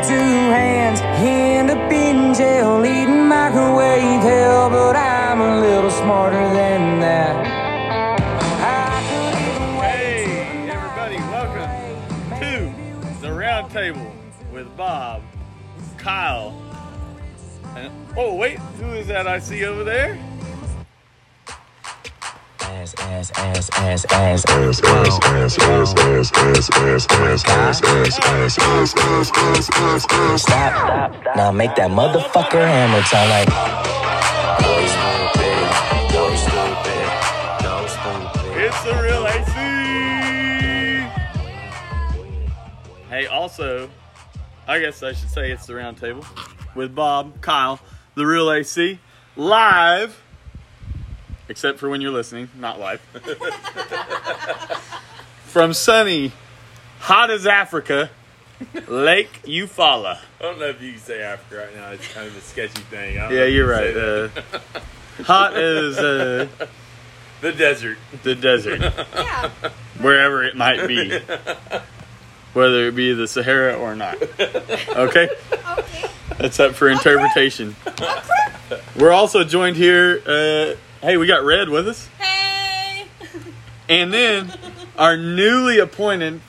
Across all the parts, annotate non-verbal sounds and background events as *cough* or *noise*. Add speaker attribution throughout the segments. Speaker 1: two hands. End up in jail, eating microwave hell, but I'm a little smarter than that. I could even wait
Speaker 2: Hey,
Speaker 1: till I
Speaker 2: everybody, welcome to the round table with Bob, Kyle, and oh, wait, who is that I see over there?
Speaker 1: Ass, ass, ass, ass, ass, ass, Stop. Now make that motherfucker hammer sound like.
Speaker 2: It's the real AC. Hey, also, I guess I should say it's the round table with Bob, Kyle, the real AC, live. Except for when you're listening, not live. *laughs* From sunny, hot as Africa, Lake Eufaula.
Speaker 3: I don't know if you can say Africa right now. It's kind of a sketchy thing. I don't know
Speaker 2: Yeah,
Speaker 3: if you
Speaker 2: you're
Speaker 3: can say
Speaker 2: right.
Speaker 3: that.
Speaker 2: Uh, hot as uh,
Speaker 3: the desert.
Speaker 2: the desert,
Speaker 4: Yeah,
Speaker 2: wherever it might be, whether it be the Sahara or not. Okay,
Speaker 4: okay.
Speaker 2: that's up for interpretation. We're also joined here. Uh, hey, we got Red with us,
Speaker 4: *laughs* Hey!
Speaker 2: and then our newly appointed,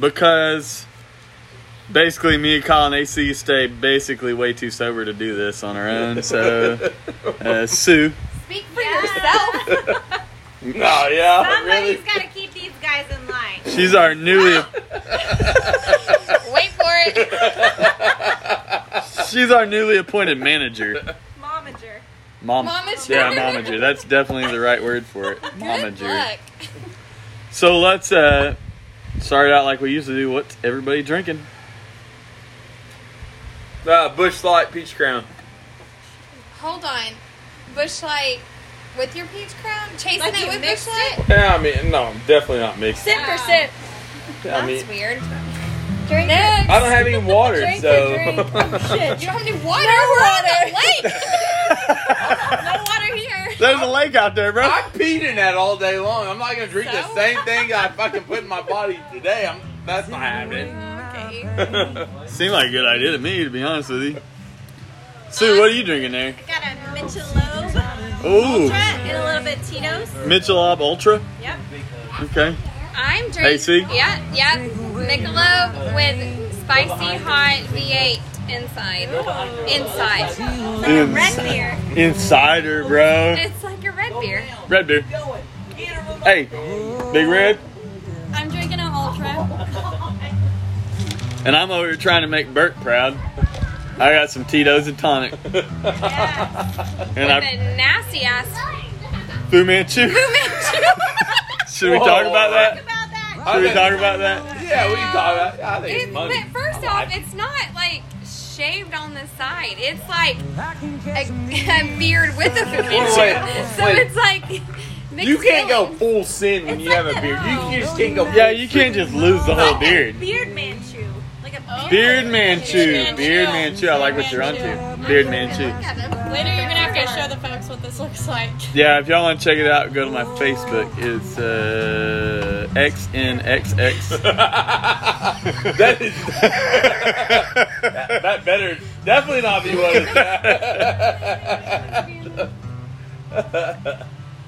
Speaker 2: because basically me and Colin AC stay basically way too sober to do this on our own. So uh, Sue,
Speaker 4: Speak
Speaker 5: *laughs*
Speaker 4: for yourself.
Speaker 3: Oh, yeah.
Speaker 4: Somebody's got to keep these guys in line.
Speaker 2: she's our newly.
Speaker 4: Wait for it.
Speaker 2: She's our newly appointed manager.
Speaker 4: Momager.
Speaker 2: Mom-
Speaker 5: Momager.
Speaker 2: Yeah, momager. That's definitely the right word for it.
Speaker 5: Good
Speaker 2: Momager.
Speaker 5: luck.
Speaker 2: So let's uh, start out like we usually do. What's everybody drinking?
Speaker 3: Uh, Bush Light Peach Crown.
Speaker 5: Hold on. Bushlight with your peach crown? Chasing
Speaker 4: Like
Speaker 5: it
Speaker 4: you
Speaker 5: with
Speaker 4: mixed
Speaker 5: Bushlight?
Speaker 3: Yeah, I mean, no, I'm definitely not mixed.
Speaker 4: Sip
Speaker 5: for sip.
Speaker 4: Um,
Speaker 3: I
Speaker 5: That's
Speaker 3: mean,
Speaker 5: weird.
Speaker 4: Drink
Speaker 5: Next.
Speaker 3: I don't have any water,
Speaker 4: Drink
Speaker 3: so.
Speaker 4: your drink.
Speaker 5: you don't have any water.
Speaker 4: No
Speaker 5: We're
Speaker 4: water.
Speaker 5: on the
Speaker 4: *laughs*
Speaker 5: lake. no water here.
Speaker 2: *laughs* There's a lake out there, bro.
Speaker 3: I peed in that all day long. I'm not gonna drink the
Speaker 5: So?
Speaker 3: same thing I fucking put in my body today. I'm, that's not happening.
Speaker 5: Okay.
Speaker 2: *laughs* Seemed like a good idea to me, to be honest with you.
Speaker 5: Uh,
Speaker 2: Sue, what are you drinking there?
Speaker 4: Got a Michelob
Speaker 2: Ooh,
Speaker 4: and a little bit Tito's.
Speaker 2: Michelob Ultra.
Speaker 4: Yep.
Speaker 2: Okay.
Speaker 5: I'm drinking.
Speaker 2: AC?
Speaker 5: Yeah, yeah. Michelob with spicy hot V8 inside. Inside.
Speaker 4: Red beer.
Speaker 2: Insider, bro.
Speaker 5: It's like a red beer.
Speaker 2: Red beer. Hey, Big Red.
Speaker 5: I'm drinking an ultra.
Speaker 3: *laughs*
Speaker 2: And I'm over here trying to make Bert proud. I got some Tito's and tonic.
Speaker 4: Yeah.
Speaker 2: And
Speaker 5: with
Speaker 2: I
Speaker 5: a nasty ass.
Speaker 2: Fu
Speaker 5: Who
Speaker 2: Manchu.
Speaker 5: made you?
Speaker 2: Should we
Speaker 3: Whoa.
Speaker 2: talk about
Speaker 4: Talk
Speaker 2: that?
Speaker 4: about that.
Speaker 2: Should we
Speaker 3: I
Speaker 2: talk
Speaker 3: think-
Speaker 2: about that?
Speaker 3: Yeah, we can
Speaker 5: *laughs*
Speaker 3: talk about I think
Speaker 5: It,
Speaker 3: it's money.
Speaker 5: but first
Speaker 3: I
Speaker 5: off,
Speaker 3: like
Speaker 5: it's not like shaved on the side. It's like a, *laughs* a beard with a
Speaker 3: Wait,
Speaker 5: fukuchi.
Speaker 3: wait,
Speaker 5: So
Speaker 3: wait.
Speaker 5: it's like *laughs* mixed
Speaker 3: You can't go
Speaker 5: feelings.
Speaker 3: full sin when
Speaker 5: It's
Speaker 3: you have
Speaker 5: like
Speaker 3: a beard.
Speaker 5: no.
Speaker 3: You, you just can't go.
Speaker 2: Yeah,
Speaker 3: full
Speaker 2: you
Speaker 3: sin.
Speaker 2: can't just lose the whole beard.
Speaker 4: Beard Manchu. Like
Speaker 5: Oh,
Speaker 4: a
Speaker 2: Beard Manchu. Beard Manchu. I like what you're onto. Beard Manchu.
Speaker 5: Look at him.
Speaker 6: Later, you're gonna have to show the folks what this looks like.
Speaker 2: Yeah, if y'all want to check it out, go to my Facebook. It's uh,
Speaker 5: *laughs*
Speaker 2: XNXX.
Speaker 3: That is that, that better definitely not be what it's
Speaker 2: *laughs*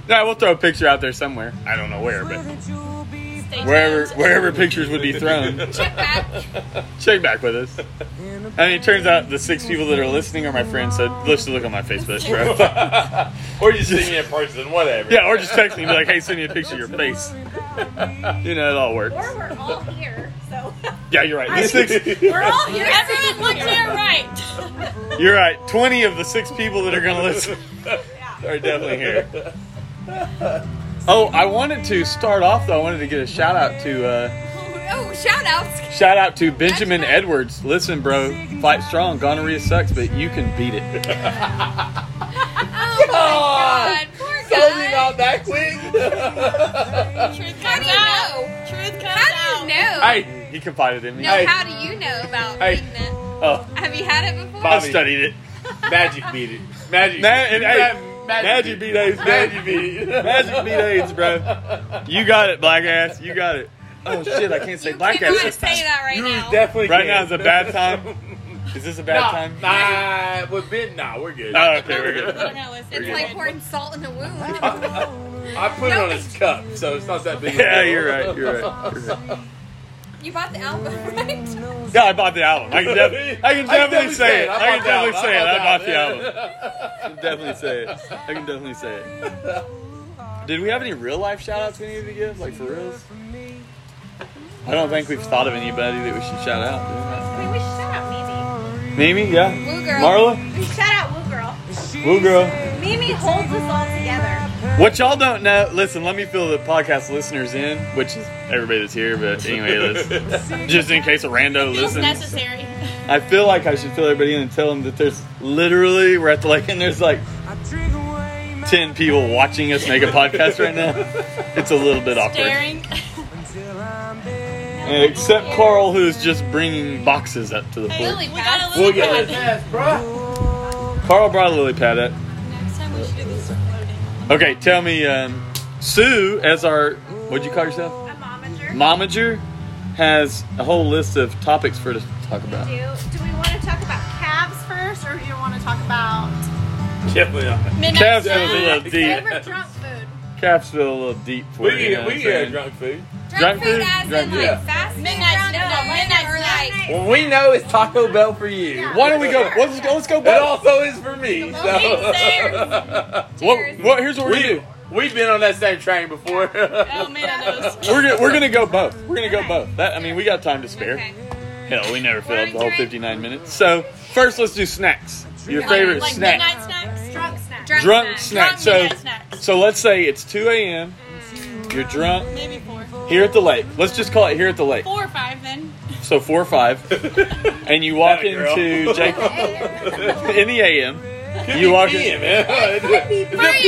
Speaker 2: Yeah, we'll throw a picture out there somewhere. I don't know where, but
Speaker 6: Stay
Speaker 2: wherever
Speaker 6: tuned.
Speaker 2: wherever pictures would be thrown,
Speaker 5: Check back.
Speaker 2: *laughs* check back with us. I mean, it turns out the six people that are listening are my friends, so let's just look on my Facebook, bro.
Speaker 3: or you see me in person, whatever.
Speaker 2: Yeah, or just text me and be like, hey, send me a picture of your face. *laughs* You know, it all works.
Speaker 4: Or we're all here, so.
Speaker 2: Yeah, you're right. The six,
Speaker 4: We're all here.
Speaker 6: Everyone look to your right.
Speaker 2: you're right. 20 of the six people that are going to listen *laughs*
Speaker 4: Yeah.
Speaker 2: are definitely here. Oh, I wanted to start off, though, I wanted to get a shout out to. Uh,
Speaker 5: Oh, shout
Speaker 3: *laughs*
Speaker 5: outs.
Speaker 2: Shout out to Benjamin Edwards. Listen, bro, fight strong. Gonorrhea sucks, but you can beat it.
Speaker 5: Oh my god. Poor
Speaker 3: Tell me
Speaker 5: guy.
Speaker 3: not that quick.
Speaker 6: Truth
Speaker 5: How
Speaker 6: comes
Speaker 5: do you
Speaker 6: out.
Speaker 5: know?
Speaker 6: Truth comes
Speaker 5: How do
Speaker 6: out.
Speaker 5: you know?
Speaker 2: Hey, he confided in me.
Speaker 5: no,
Speaker 3: Hey.
Speaker 5: how do you know about
Speaker 3: Hey.
Speaker 5: beating it?
Speaker 2: Oh,
Speaker 5: Have you had it before?
Speaker 2: I
Speaker 3: Bobby.
Speaker 2: studied it.
Speaker 3: Magic beat it. Magic.
Speaker 2: Ma- and, hey,
Speaker 3: Ma-
Speaker 2: Magic beat AIDS, man.
Speaker 3: Magic beat
Speaker 2: *laughs*
Speaker 3: it.
Speaker 2: Magic beat AIDS, bro. You got it, black ass. You got it. Oh shit, I can't say
Speaker 5: You
Speaker 2: black ass
Speaker 5: cannot
Speaker 2: this
Speaker 5: say
Speaker 2: time.
Speaker 5: that right
Speaker 3: You
Speaker 5: now.
Speaker 3: definitely
Speaker 2: Right *laughs*
Speaker 3: can.
Speaker 2: now is a bad time. Is this a bad
Speaker 3: Nah,
Speaker 2: time?
Speaker 3: nah, we're been, nah, we're good.
Speaker 2: Oh, okay, we're good.
Speaker 6: We're not listening.
Speaker 5: It's
Speaker 6: We're
Speaker 5: like
Speaker 6: good.
Speaker 5: pouring salt in the
Speaker 6: *laughs*
Speaker 5: wound.
Speaker 3: I put it on his cup, so it's not that big. of a
Speaker 2: Yeah,
Speaker 3: deal.
Speaker 2: you're right. You're right. You're right.
Speaker 5: you bought the album, right? *laughs*
Speaker 2: Yeah, I bought the album. I can, def- I can definitely say it. I can
Speaker 3: bought the
Speaker 2: definitely
Speaker 3: album.
Speaker 2: say it. I bought the album.
Speaker 3: album.
Speaker 2: I can definitely say it. I can definitely say it. Did we have any real life shout outs we needed to give? Like for reals? I don't think we've thought of anybody that we should shout out.
Speaker 4: I mean, we should shout out
Speaker 2: do we? Mimi, yeah?
Speaker 5: Woo girl.
Speaker 2: Marla?
Speaker 4: Mimi. We should shout out Woo Girl.
Speaker 2: Woo girl.
Speaker 4: Mimi holds us all together.
Speaker 2: What y'all don't know, listen, let me fill the podcast listeners in, which is everybody that's here, but anyway,
Speaker 6: *laughs*
Speaker 2: let's, just in case a rando
Speaker 6: Feels
Speaker 2: listens.
Speaker 6: necessary.
Speaker 2: I feel like I should fill everybody in and tell them that there's literally we're at the lake and there's like ten people watching us make a podcast right now. It's a little bit awkward,
Speaker 6: Daring.
Speaker 2: except Carl, who's just bringing boxes up to the
Speaker 6: Hey,
Speaker 2: floor.
Speaker 6: we got a
Speaker 3: *laughs* We'll
Speaker 6: little
Speaker 3: get his
Speaker 6: bit.
Speaker 3: ass, bro.
Speaker 2: Carl brought a lily pad up.
Speaker 6: Next time we should do this floating.
Speaker 2: Okay, tell me, um, Sue, as our what'd you call yourself,
Speaker 4: A momager.
Speaker 2: momager, has a whole list of topics for us to talk about.
Speaker 4: do, do we want to talk about calves first, or do you want to talk about
Speaker 3: Definitely not.
Speaker 6: Midnight
Speaker 2: Calves feel a
Speaker 6: Sun.
Speaker 2: little deep.
Speaker 4: favorite drunk food?
Speaker 2: Calves feel a little deep for
Speaker 3: We
Speaker 2: you.
Speaker 3: can
Speaker 2: you know
Speaker 3: get,
Speaker 2: what
Speaker 3: we
Speaker 2: I'm
Speaker 3: can get
Speaker 2: saying?
Speaker 3: drunk food.
Speaker 5: Drunk
Speaker 2: Drunk
Speaker 5: food
Speaker 2: food?
Speaker 5: as in
Speaker 2: Drunk-
Speaker 5: like
Speaker 3: yeah.
Speaker 5: fast food
Speaker 6: Midnight
Speaker 5: drunk
Speaker 6: snack,
Speaker 5: food,
Speaker 6: midnight
Speaker 5: or
Speaker 6: snack.
Speaker 5: like
Speaker 4: Nice.
Speaker 7: we know it's Taco Bell for you.
Speaker 4: Yeah.
Speaker 2: Why don't we go? Let's go. Let's go.
Speaker 3: It
Speaker 2: Back.
Speaker 3: also is for me. So.
Speaker 6: Upstairs.
Speaker 2: What, what? Here's what we
Speaker 3: We,
Speaker 2: do.
Speaker 3: we've been on that same train before.
Speaker 6: Oh man, those.
Speaker 2: We're gonna, we're gonna go both. We're gonna go both. That I mean, we got time to spare.
Speaker 5: Okay.
Speaker 2: Hell, we never filled the whole
Speaker 5: Forty-three.
Speaker 2: 59 minutes. So first, let's do snacks. Your favorite
Speaker 6: like
Speaker 2: snack,
Speaker 6: Midnight snacks.
Speaker 4: Drunk snack.
Speaker 5: Drunk,
Speaker 2: drunk
Speaker 6: snack.
Speaker 5: snack.
Speaker 2: snack. So
Speaker 6: Drunk snacks.
Speaker 2: so let's say it's 2 a.m. You're drunk
Speaker 6: Maybe four.
Speaker 2: here at the lake. Let's just call it here at the lake.
Speaker 6: Four or five then.
Speaker 2: So four or
Speaker 3: *laughs*
Speaker 2: five, and you walk
Speaker 3: Atta girl.
Speaker 2: into Jake in the a.m. You walk
Speaker 3: Yeah,
Speaker 2: in.
Speaker 3: man.
Speaker 6: For
Speaker 3: The
Speaker 6: you.
Speaker 3: pin- *laughs* the
Speaker 6: For
Speaker 3: pin-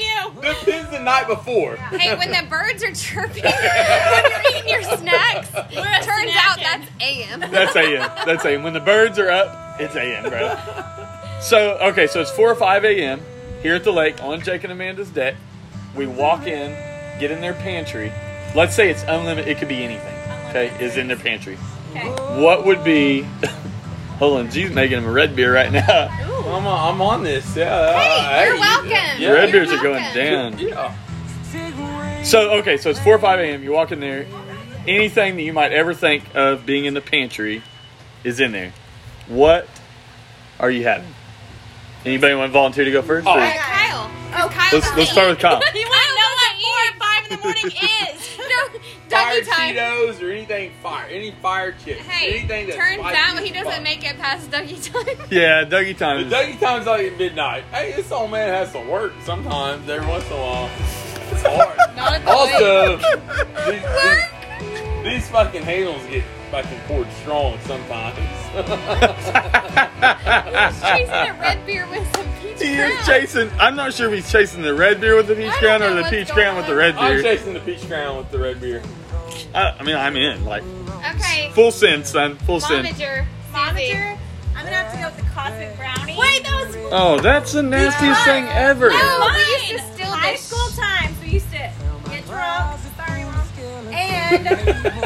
Speaker 6: you.
Speaker 3: the pin's the night before.
Speaker 5: Hey, when the birds are chirping *laughs* when you're eating your snacks,
Speaker 6: *laughs*
Speaker 5: turns
Speaker 6: We're
Speaker 5: out
Speaker 6: snacking.
Speaker 5: that's AM.
Speaker 2: That's a.m. That's a.m. When the birds are up, it's a.m. Bro. So okay, so it's four or five a.m. here at the lake on Jake and Amanda's deck. We walk in, get in their pantry. Let's say it's unlimited. It could be anything. Okay, is in their pantry.
Speaker 4: Okay.
Speaker 2: What would be? *laughs* Hold on, she's making them a red beer right now.
Speaker 3: I'm on, I'm on this. Yeah. uh,
Speaker 5: Hey, you're welcome.
Speaker 2: The red
Speaker 5: You're
Speaker 2: beers are going
Speaker 5: welcome.
Speaker 2: down.
Speaker 3: Yeah.
Speaker 2: So okay, so it's four or five a.m. You walk in there. Anything that you might ever think of being in the pantry is in there. What are you having? Anybody want to volunteer to go first? or-
Speaker 5: All right, Kyle. Oh, Kyle.
Speaker 2: Let's, let's start with Kyle.
Speaker 6: You want to know what four or
Speaker 5: *laughs*
Speaker 6: five in the morning is?
Speaker 5: No,
Speaker 3: Fire
Speaker 5: doggy time.
Speaker 3: Cheetos or anything fire, any fire chips,
Speaker 5: Hey,
Speaker 3: anything that's
Speaker 5: turns
Speaker 3: spicy
Speaker 5: out he
Speaker 3: is fire.
Speaker 5: doesn't make it past Dougie time.
Speaker 2: Yeah, Dougie
Speaker 3: The
Speaker 2: time.
Speaker 3: Dougie time's like at midnight. Hey, this old man has to work sometimes. Every once in a while,
Speaker 5: *laughs*
Speaker 3: it's hard.
Speaker 6: Not at the
Speaker 3: also, these, these, these fucking handles get fucking poured strong sometimes. *laughs*
Speaker 5: He's chasing a red beer with some peach
Speaker 2: He
Speaker 5: crown.
Speaker 2: is chasing. I'm not sure if he's chasing the red beer with the peach
Speaker 5: I don't
Speaker 2: crown
Speaker 5: know
Speaker 2: or the
Speaker 5: what's
Speaker 2: peach
Speaker 5: going
Speaker 2: crown with the
Speaker 5: on.
Speaker 2: red
Speaker 3: I'm
Speaker 2: beer.
Speaker 3: chasing the peach crown with the red beer.
Speaker 2: I, I mean, I'm in. Like
Speaker 5: Okay.
Speaker 2: full sin, son. Full sin.
Speaker 5: Momager. Susie.
Speaker 4: Momager. I'm gonna have to go with the cosmic brownie.
Speaker 6: Wait, that was.
Speaker 2: Oh, that's the nastiest thing ever.
Speaker 5: No,
Speaker 6: Mine.
Speaker 5: we used to steal
Speaker 4: high
Speaker 5: this.
Speaker 4: school times we used to get drunk. Sorry, mom. And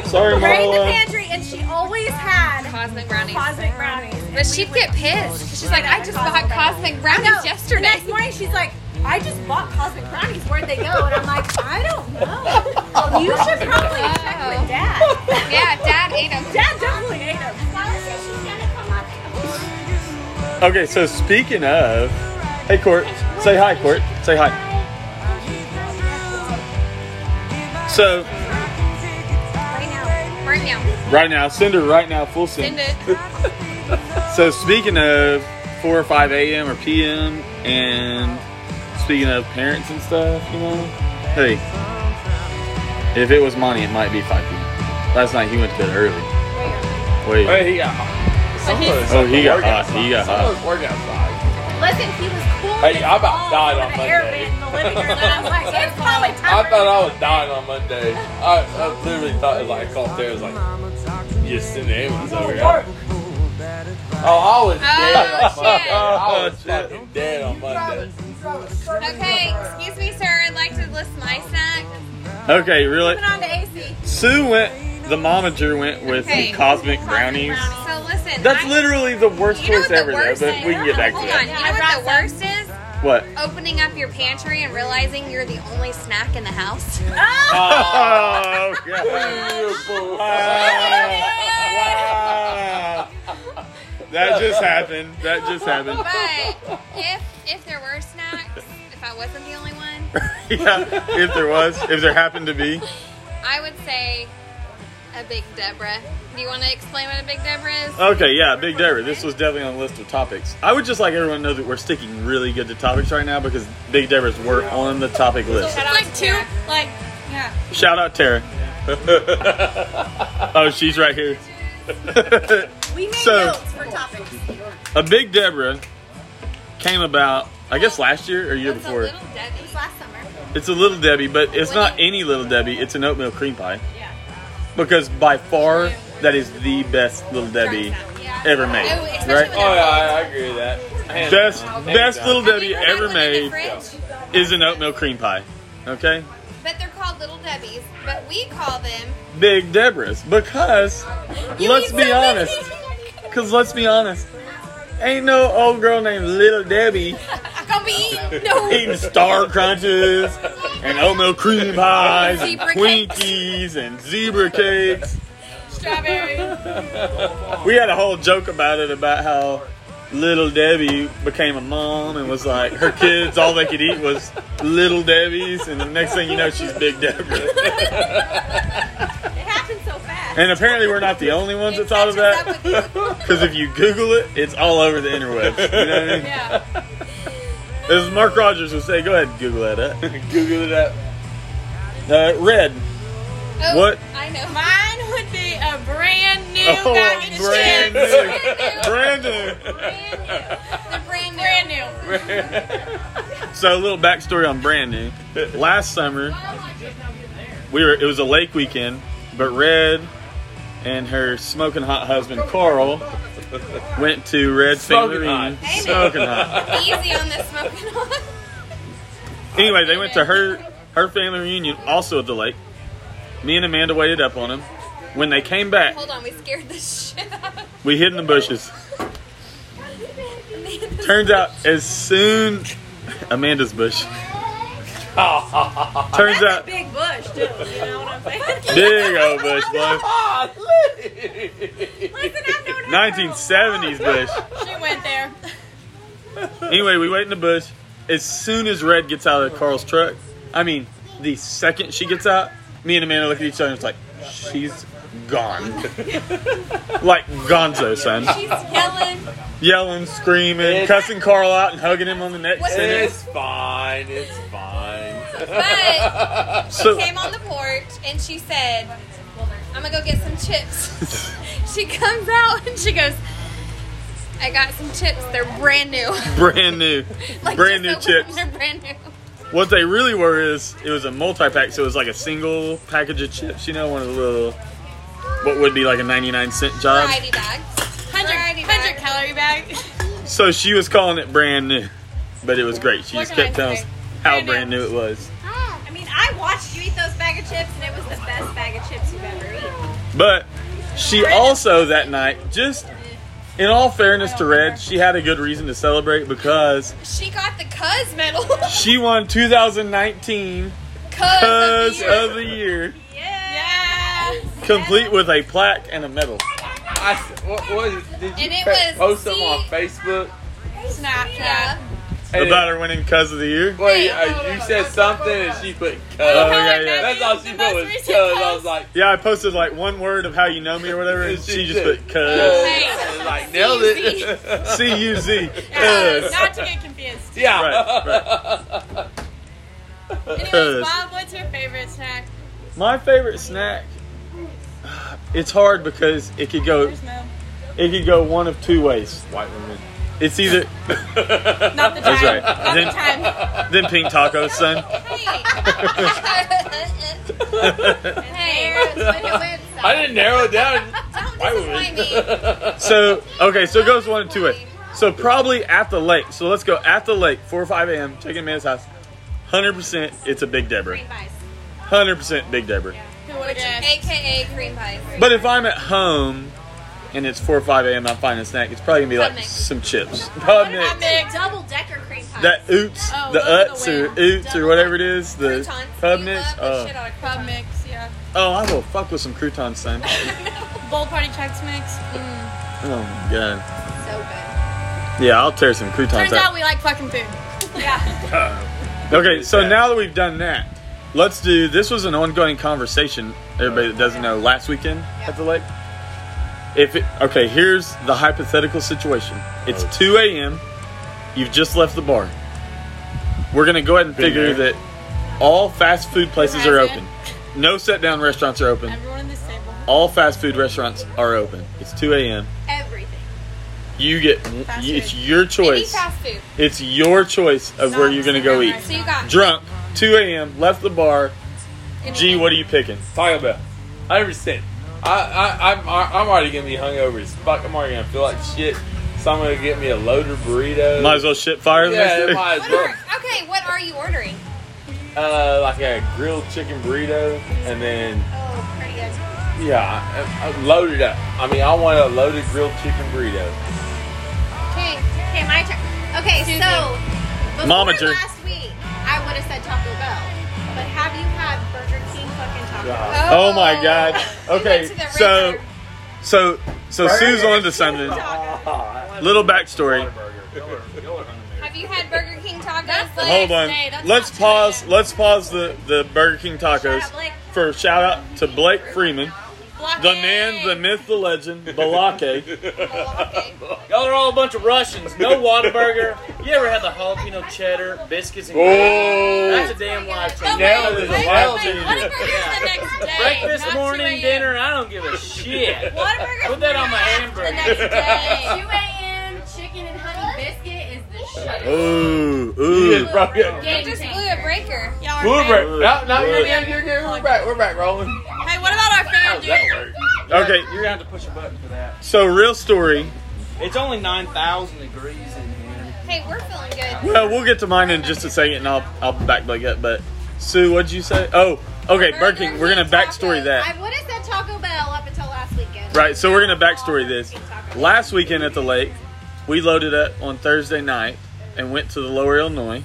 Speaker 2: Sorry,
Speaker 4: bring the
Speaker 2: Marla.
Speaker 4: pantry, and she always had
Speaker 5: Cosmic brownies.
Speaker 4: cosmic brownies. And
Speaker 5: But
Speaker 4: we
Speaker 5: she'd
Speaker 4: would-
Speaker 5: get pissed because she's like, I just bought cosmic brownies
Speaker 4: No, The
Speaker 5: yesterday.
Speaker 4: next morning, she's like. I just bought cosmic brownies. Where'd they go? And I'm like, I don't know. Well, you should probably
Speaker 6: Oh.
Speaker 4: check with dad.
Speaker 5: Yeah, Dad ate them.
Speaker 4: Dad definitely ate them.
Speaker 2: Okay, so speaking of, hey Court, say hi, Court. Say hi. So
Speaker 5: Right now. Right now.
Speaker 2: right now, send her right now, full send.
Speaker 5: Send it.
Speaker 2: So speaking of four or five a.m. or p.m. and speaking of parents and stuff, you know, hey, if it was money, it might be five p.m. Last night he went to bed early. Wait.
Speaker 3: Hey, he got hot. Some of us
Speaker 2: Oh, he got
Speaker 3: work
Speaker 2: hot.
Speaker 3: outside.
Speaker 2: He got
Speaker 3: Some of
Speaker 2: hot.
Speaker 3: us work outside.
Speaker 4: Listen, he was cool.
Speaker 3: Hey, I
Speaker 5: Oh,
Speaker 3: about died on
Speaker 4: the air
Speaker 3: Monday.
Speaker 4: vent in the living room, and I was like, it's probably
Speaker 3: I
Speaker 4: time.
Speaker 3: thought I was dying on Monday. I, I literally thought, like, I called there, was like, just send the ambulance over here. Oh, I
Speaker 4: *laughs*
Speaker 3: was dead on
Speaker 5: shit.
Speaker 3: Monday. I
Speaker 2: Oh,
Speaker 3: was
Speaker 2: shit.
Speaker 3: fucking dead on Monday.
Speaker 5: Okay, excuse me, sir. I'd like to list my snack.
Speaker 2: Okay, really.
Speaker 4: Moving on to AC.
Speaker 2: Sue went. The momager went with
Speaker 5: Okay.
Speaker 2: the cosmic brownies.
Speaker 5: So listen.
Speaker 2: That's
Speaker 5: I-
Speaker 2: literally the worst
Speaker 5: You know
Speaker 2: choice
Speaker 5: what the
Speaker 2: ever, though.
Speaker 5: worst
Speaker 2: But
Speaker 5: is?
Speaker 2: we can get back to
Speaker 5: Hold
Speaker 2: that.
Speaker 5: on. You know what the worst is? *laughs*
Speaker 2: What?
Speaker 5: Opening up your pantry and realizing you're the only snack in the house.
Speaker 2: *laughs* Oh, God.
Speaker 3: Beautiful.
Speaker 2: Wow. That just happened. That just happened.
Speaker 5: But if if there were snacks, if I wasn't the only one,
Speaker 2: Yeah, if there was, if there happened to be.
Speaker 5: I would say a big Deborah. Do you want to explain what a big Deborah is?
Speaker 2: Okay, yeah, Big Deborah. This was definitely on the list of topics. I would just like everyone to know that we're sticking really good to topics right now because Big Deborah's were on the topic list.
Speaker 6: It's like two, like, yeah.
Speaker 2: Shout out Tara. *laughs* oh, she's right here.
Speaker 4: We made
Speaker 2: So-
Speaker 4: notes for topics.
Speaker 2: A Big Deborah came about, I guess last year or year
Speaker 5: It's a
Speaker 2: before.
Speaker 5: little Debbie.
Speaker 4: Last summer.
Speaker 2: It's a little Debbie, but it's not any little Debbie. It's an oatmeal cream pie. Because by far, that is the best little Debbie
Speaker 5: Yeah.
Speaker 2: ever made.
Speaker 5: Oh, especially
Speaker 2: Right?
Speaker 5: with
Speaker 3: Oh, yeah, I, I agree with that. Hands
Speaker 2: Best,
Speaker 3: down. Hands
Speaker 2: best
Speaker 3: down.
Speaker 2: little Debbie
Speaker 5: Have you ever had one in
Speaker 2: ever
Speaker 5: the
Speaker 2: made
Speaker 5: fridge?
Speaker 2: is an oatmeal cream pie. Okay?
Speaker 5: But they're called little Debbies. But we call them
Speaker 2: Big Deborah's. Because, let's be honest. Because let's be honest. Ain't no old girl named Little Debbie
Speaker 5: I gonna be eating no
Speaker 2: eating Star Crunches and oatmeal cream pies and
Speaker 5: Zebra
Speaker 2: Twinkies and zebra cakes.
Speaker 6: Strawberry.
Speaker 2: We had a whole joke about it about how Little Debbie became a mom and was like her kids all they could eat was Little Debbie's, and the next thing you know she's Big Deborah.
Speaker 4: It happened so fast.
Speaker 2: And apparently we're not the only ones that thought of that because if you Google it, it's all over the interwebs. You know what I mean?
Speaker 6: Yeah.
Speaker 2: As Mark Rogers would say, go ahead and Google that up.
Speaker 3: Google it up.
Speaker 2: *laughs* Uh, red.
Speaker 5: Oh,
Speaker 2: What?
Speaker 5: I know.
Speaker 6: Mine would be a brand new
Speaker 2: Oh,
Speaker 6: package of
Speaker 2: brand
Speaker 6: chips.
Speaker 2: new.
Speaker 5: Brand
Speaker 3: *laughs*
Speaker 2: Brandon.
Speaker 5: new. The brand new.
Speaker 6: Brand new.
Speaker 2: So a little backstory on Brandon. Last summer, we were it was a lake weekend, but Red and her smoking hot husband Carl went to Red
Speaker 3: Smoking
Speaker 2: Fingerine.
Speaker 3: hot.
Speaker 2: Smoking hot.
Speaker 5: Easy on the smoking on.
Speaker 2: Anyway, they went to her her family reunion also at the lake. Me and Amanda waited up on them. When they came
Speaker 5: *laughs*
Speaker 2: back,
Speaker 5: Hold on, we scared the shit out of
Speaker 2: we hid in the bushes. *laughs* Turns out, as soon Amanda's
Speaker 3: *laughs*
Speaker 2: bush. Turns out,
Speaker 4: Big bush, too. You know what I'm saying?
Speaker 2: big old bush, boy.
Speaker 3: Ah,
Speaker 4: Listen, I've known her.
Speaker 2: 1970s bush.
Speaker 6: She went there.
Speaker 2: Anyway, we wait in the bush. As soon as Red gets out of Carl's truck, I mean, the second she gets out, me and Amanda look at each other and it's like, she's gone. like Gonzo, son.
Speaker 5: She's yelling.
Speaker 2: Yelling, screaming, cussing Carl out and hugging him on the neck.
Speaker 5: What-
Speaker 2: sitting.
Speaker 3: it's fine. It's fine.
Speaker 5: But
Speaker 2: So,
Speaker 5: came on the porch and she said, I'm gonna go get some chips. *laughs* she comes out and she goes, I got some chips. They're brand new. *laughs*
Speaker 2: brand new.
Speaker 5: Like,
Speaker 2: brand new
Speaker 5: just opened
Speaker 2: chips.
Speaker 5: them, They're brand new.
Speaker 2: What they really were is it was a multi-pack, so it was like a single package of chips. You know, one of the little what would be like a 99 cent job.
Speaker 5: Variety bag.
Speaker 6: 100,
Speaker 5: Variety
Speaker 6: 100
Speaker 5: bag.
Speaker 6: calorie bag.
Speaker 2: So she was calling it brand new, but it was great. She
Speaker 6: What
Speaker 2: just
Speaker 6: can
Speaker 2: kept
Speaker 6: I
Speaker 2: telling us
Speaker 6: say?
Speaker 2: how
Speaker 6: Brand new.
Speaker 2: brand new it was.
Speaker 4: I mean, I watched you eat those bag of chips, and it was the best bag of chips you've ever eaten.
Speaker 2: But she also that night, just in all fairness to Red, she had a good reason to celebrate because
Speaker 5: She got the Cuz medal. *laughs*
Speaker 2: she won 2019
Speaker 5: Cuz. of
Speaker 2: Cuz
Speaker 5: the year.
Speaker 2: of the Year,
Speaker 6: Yeah.
Speaker 2: complete with a plaque and a medal.
Speaker 3: I, s- what was it? Did you
Speaker 5: And it
Speaker 3: pa-
Speaker 5: was-
Speaker 3: post something
Speaker 5: see-
Speaker 3: on Facebook?
Speaker 6: Snapchat.
Speaker 5: Yeah.
Speaker 3: And
Speaker 2: About her winning Cuz of the Year.
Speaker 3: Well, uh, you said something and she put cuz.
Speaker 2: Oh, yeah, yeah.
Speaker 3: That's all she
Speaker 6: The
Speaker 3: put
Speaker 6: most
Speaker 3: was
Speaker 6: recent
Speaker 3: cuz. I was
Speaker 6: post.
Speaker 3: like,
Speaker 2: Yeah, I posted like one word of how you know me or whatever, and she just put
Speaker 3: cuz.
Speaker 2: cuz.
Speaker 6: Hey.
Speaker 3: Like, nailed it.
Speaker 2: C U Z.
Speaker 6: Cuz.
Speaker 2: Cuz.
Speaker 6: Not to get confused.
Speaker 3: *laughs* yeah.
Speaker 2: Right, Cuz.
Speaker 6: Anyways, Bob, what's your favorite snack?
Speaker 2: My favorite snack. It's hard because it could go
Speaker 6: There's no.
Speaker 2: it could go one of two ways.
Speaker 3: White woman.
Speaker 2: It's either
Speaker 6: Not the time.
Speaker 2: That's right.
Speaker 6: Not
Speaker 2: Then-
Speaker 6: the time.
Speaker 2: then pink tacos, son.
Speaker 5: hey,
Speaker 3: I didn't narrow it down.
Speaker 5: don't
Speaker 3: Why would
Speaker 5: disappoint
Speaker 3: we?
Speaker 5: me.
Speaker 2: So okay, so it goes one of two ways. So probably at the lake. So let's go at the lake, four or five a.m. Chicken Man's house. Hundred percent, it's a Big Deborah. Hundred percent Big Deborah.
Speaker 6: Who would
Speaker 5: AKA cream pies.
Speaker 2: But if I'm at home and it's four or five a.m. I'm finding a snack. It's probably gonna be
Speaker 5: Pub
Speaker 2: like
Speaker 5: mix.
Speaker 2: some chips, *laughs* pub mix,
Speaker 6: Nick.
Speaker 4: Double decker cream pies.
Speaker 2: that oots,
Speaker 6: Oh,
Speaker 2: the
Speaker 6: those are
Speaker 2: uts
Speaker 6: the
Speaker 2: or
Speaker 6: wins.
Speaker 2: oots or
Speaker 5: Double
Speaker 2: whatever it is, the
Speaker 5: croutons.
Speaker 2: pub
Speaker 5: You
Speaker 2: mix.
Speaker 5: love the
Speaker 2: Oh.
Speaker 5: shit out of
Speaker 6: Pub
Speaker 5: crouton.
Speaker 6: mix,
Speaker 4: *laughs*
Speaker 6: yeah.
Speaker 2: oh, I will fuck with some croutons, son.
Speaker 6: Bowl party checks mix. Mm.
Speaker 2: Oh my god.
Speaker 5: So good.
Speaker 2: Yeah, I'll tear some croutons
Speaker 6: Turns out
Speaker 2: out.
Speaker 6: we like fucking food.
Speaker 4: Yeah.
Speaker 2: Okay, so now that we've done that, let's do. This was an ongoing conversation. Everybody that doesn't know, last weekend at the lake. If it, okay, here's the hypothetical situation. It's
Speaker 3: Oh.
Speaker 2: 2 a.m. You've just left the bar. We're gonna go ahead and
Speaker 3: Been
Speaker 2: figure
Speaker 3: there.
Speaker 2: that all fast food places are open. No sit down restaurants are open.
Speaker 6: Everyone in this table.
Speaker 2: All fast food restaurants are open. It's 2 a.m.
Speaker 5: Everything.
Speaker 2: You get.
Speaker 6: Fast
Speaker 2: It's
Speaker 6: food.
Speaker 2: your
Speaker 5: Maybe
Speaker 2: choice.
Speaker 5: fast food.
Speaker 2: It's your choice of where you're gonna go eat.
Speaker 5: So you got
Speaker 2: Drunk, 2 a.m. Left the bar. G, what are you picking?
Speaker 3: Taco Bell. 100%. I, I, I'm, I'm already going to be hungover as fuck. I'm already going to feel like shit. So I'm going to get me a loaded burrito.
Speaker 2: Might as well shit fire. the next
Speaker 3: Yeah,
Speaker 2: day.
Speaker 3: it might as
Speaker 5: What
Speaker 3: well.
Speaker 5: are, okay, what are you ordering?
Speaker 3: Uh, like a grilled chicken burrito and then,
Speaker 5: Oh, pretty good.
Speaker 3: yeah, I, I loaded up. I mean, I want a loaded grilled chicken
Speaker 5: *laughs*
Speaker 3: burrito.
Speaker 5: Okay, okay, my turn. Okay, so before
Speaker 2: Momager.
Speaker 5: last week, I would have said Taco Bell, but have you had Burger King fucking Taco
Speaker 3: God.
Speaker 5: Bell?
Speaker 2: Oh my god.
Speaker 5: We went
Speaker 2: Okay,
Speaker 5: to the
Speaker 2: so
Speaker 5: river.
Speaker 2: *laughs* so so Sue's onto something. Little backstory.
Speaker 5: have you had Burger King tacos? Like,
Speaker 2: Hold on.
Speaker 6: Hey, that's
Speaker 2: Let's
Speaker 6: not
Speaker 2: pause.
Speaker 6: true.
Speaker 2: Let's pause the the Burger King tacos
Speaker 4: Shout out, Blake.
Speaker 2: for a shout out to Blake Freeman,
Speaker 6: Block
Speaker 2: the
Speaker 6: A.
Speaker 2: man, the myth, the legend, Balake.
Speaker 5: Okay.
Speaker 8: Y'all are all a bunch of Russians. No
Speaker 4: *laughs*
Speaker 8: Whataburger. You ever had the jalapeno cheddar, biscuits, and
Speaker 3: Oh.
Speaker 8: That's a damn life
Speaker 6: No,
Speaker 8: change.
Speaker 2: Now
Speaker 6: wait,
Speaker 2: there's
Speaker 6: wait,
Speaker 2: a
Speaker 6: wait,
Speaker 2: wild
Speaker 6: wait.
Speaker 2: team.
Speaker 6: Whataburger's the next day.
Speaker 8: Breakfast,
Speaker 6: not 2
Speaker 8: morning,
Speaker 6: a.m.
Speaker 8: dinner, I don't give a shit.
Speaker 6: Whataburger's
Speaker 8: Put that on my
Speaker 6: the
Speaker 8: hamburger.
Speaker 6: next
Speaker 2: *laughs*
Speaker 6: day.
Speaker 4: 2 a.m. chicken and honey biscuit is the shit.
Speaker 2: Ooh,
Speaker 3: You
Speaker 2: ooh.
Speaker 3: just brought me up.
Speaker 5: You just blew a breaker.
Speaker 6: Y'all are
Speaker 3: We're back.
Speaker 6: fair.
Speaker 3: No, no, you're, you're, you're, you're, we're back. We're back rolling.
Speaker 6: Hey, what about our
Speaker 3: How
Speaker 6: favorite
Speaker 3: does that
Speaker 6: dude?
Speaker 3: work?
Speaker 2: Okay,
Speaker 8: You're gonna have to push a button for that.
Speaker 2: so real story.
Speaker 8: It's only 9,000 degrees in here.
Speaker 5: Hey, we're feeling good.
Speaker 2: Well, we'll get to mine in just a second, and I'll I'll back Blake up. But Sue, what'd you say? Oh, okay, Burger King. We're gonna backstory
Speaker 5: tacos.
Speaker 2: that.
Speaker 5: I would have said Taco Bell up until last weekend.
Speaker 2: Right, so we're gonna backstory this. Last weekend at the lake, we loaded up on Thursday night and went to the Lower Illinois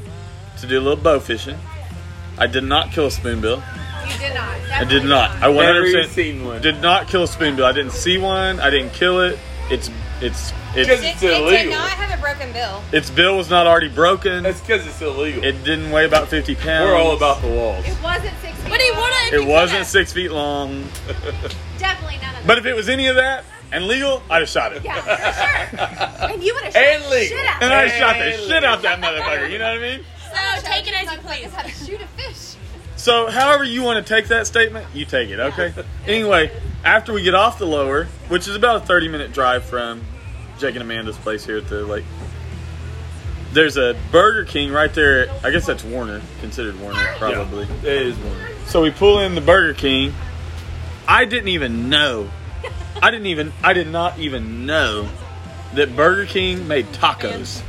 Speaker 2: to do a little bow fishing. I did not kill a spoonbill.
Speaker 5: You did not.
Speaker 2: I did not. I
Speaker 3: Never
Speaker 2: 100 percent
Speaker 3: seen one.
Speaker 2: did not kill a spoonbill. I didn't see one. I didn't kill it. It's it's
Speaker 3: Just-
Speaker 2: it's
Speaker 5: It,
Speaker 3: It's
Speaker 5: it did
Speaker 3: illegal.
Speaker 5: not have a broken bill.
Speaker 2: its bill was not already broken.
Speaker 3: That's because it's illegal.
Speaker 2: It didn't weigh about 50 pounds.
Speaker 3: we're all about the walls.
Speaker 5: It wasn't six feet.
Speaker 6: But he
Speaker 5: long.
Speaker 6: would've.
Speaker 2: It wasn't six feet long,
Speaker 5: Definitely none of that.
Speaker 2: but if it was any of that and legal, I'd have shot it.
Speaker 5: Yeah, for sure. And you would have
Speaker 3: And
Speaker 5: shot
Speaker 3: legal.
Speaker 5: shit out.
Speaker 2: And I shot the shit out that motherfucker. You know what I mean?
Speaker 6: So take it as you
Speaker 5: Like,
Speaker 6: please.
Speaker 5: it's how to shoot a fish.
Speaker 2: So, however you want to take that statement, you take
Speaker 5: *laughs*
Speaker 2: it, okay? Anyway, after we get off the lower, which is about a 30 minute drive from Jake and Amanda's place here at the lake, there's a Burger King right there. I guess that's Warner, considered Warner, probably.
Speaker 3: It is one.
Speaker 2: So, we pull in the Burger King. I didn't even know. I didn't even, I did not even know that Burger King made tacos.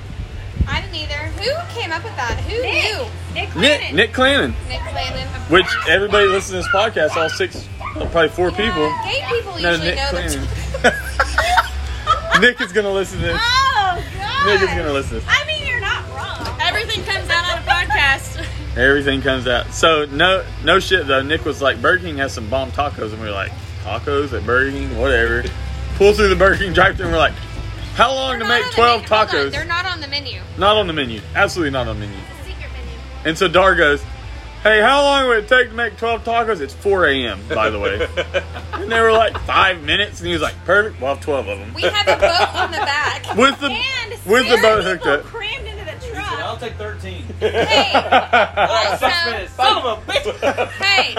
Speaker 5: I didn't either. Who came up with that? Who knew?
Speaker 4: Nick
Speaker 2: Nick, Nick Clannon,
Speaker 5: Nick Landon.
Speaker 2: which everybody listening to this podcast, all six, probably four people.
Speaker 5: Gay people
Speaker 2: No,
Speaker 5: usually
Speaker 2: Nick
Speaker 5: know
Speaker 2: Clannon.
Speaker 5: the
Speaker 2: *laughs* Nick is gonna listen to this.
Speaker 4: Oh, God.
Speaker 2: Nick is gonna listen to this.
Speaker 4: I mean, you're not wrong.
Speaker 6: Everything comes out on a podcast.
Speaker 2: Everything comes out. So no, no shit though. Nick was like, Burger King has some bomb tacos, and we were like, tacos at Burger King, whatever. Pull through the Burger King drive-thru, and we're like, how long
Speaker 5: They're
Speaker 2: to
Speaker 5: not
Speaker 2: make
Speaker 5: on the
Speaker 2: twelve
Speaker 5: menu. Hold on,
Speaker 2: tacos?
Speaker 5: They're not on the menu.
Speaker 2: Not on the menu. Absolutely not on the menu.
Speaker 5: It's a secret menu.
Speaker 2: And so Dar goes, Hey, how long would it take to make 12 tacos? It's 4 a.m., by the way. and they were like, five minutes. And he was like, Perfect. We'll have 12 of them.
Speaker 5: We have a boat on the back.
Speaker 2: *laughs* With the,
Speaker 4: And
Speaker 2: with the
Speaker 4: scary
Speaker 2: boat hooked
Speaker 4: people
Speaker 2: up.
Speaker 4: crammed into the
Speaker 8: Said,
Speaker 4: truck.
Speaker 8: I'll take
Speaker 9: *laughs*
Speaker 8: 13.
Speaker 5: Hey,
Speaker 8: Six
Speaker 5: also,
Speaker 8: minutes. Son of a bitch.
Speaker 5: hey,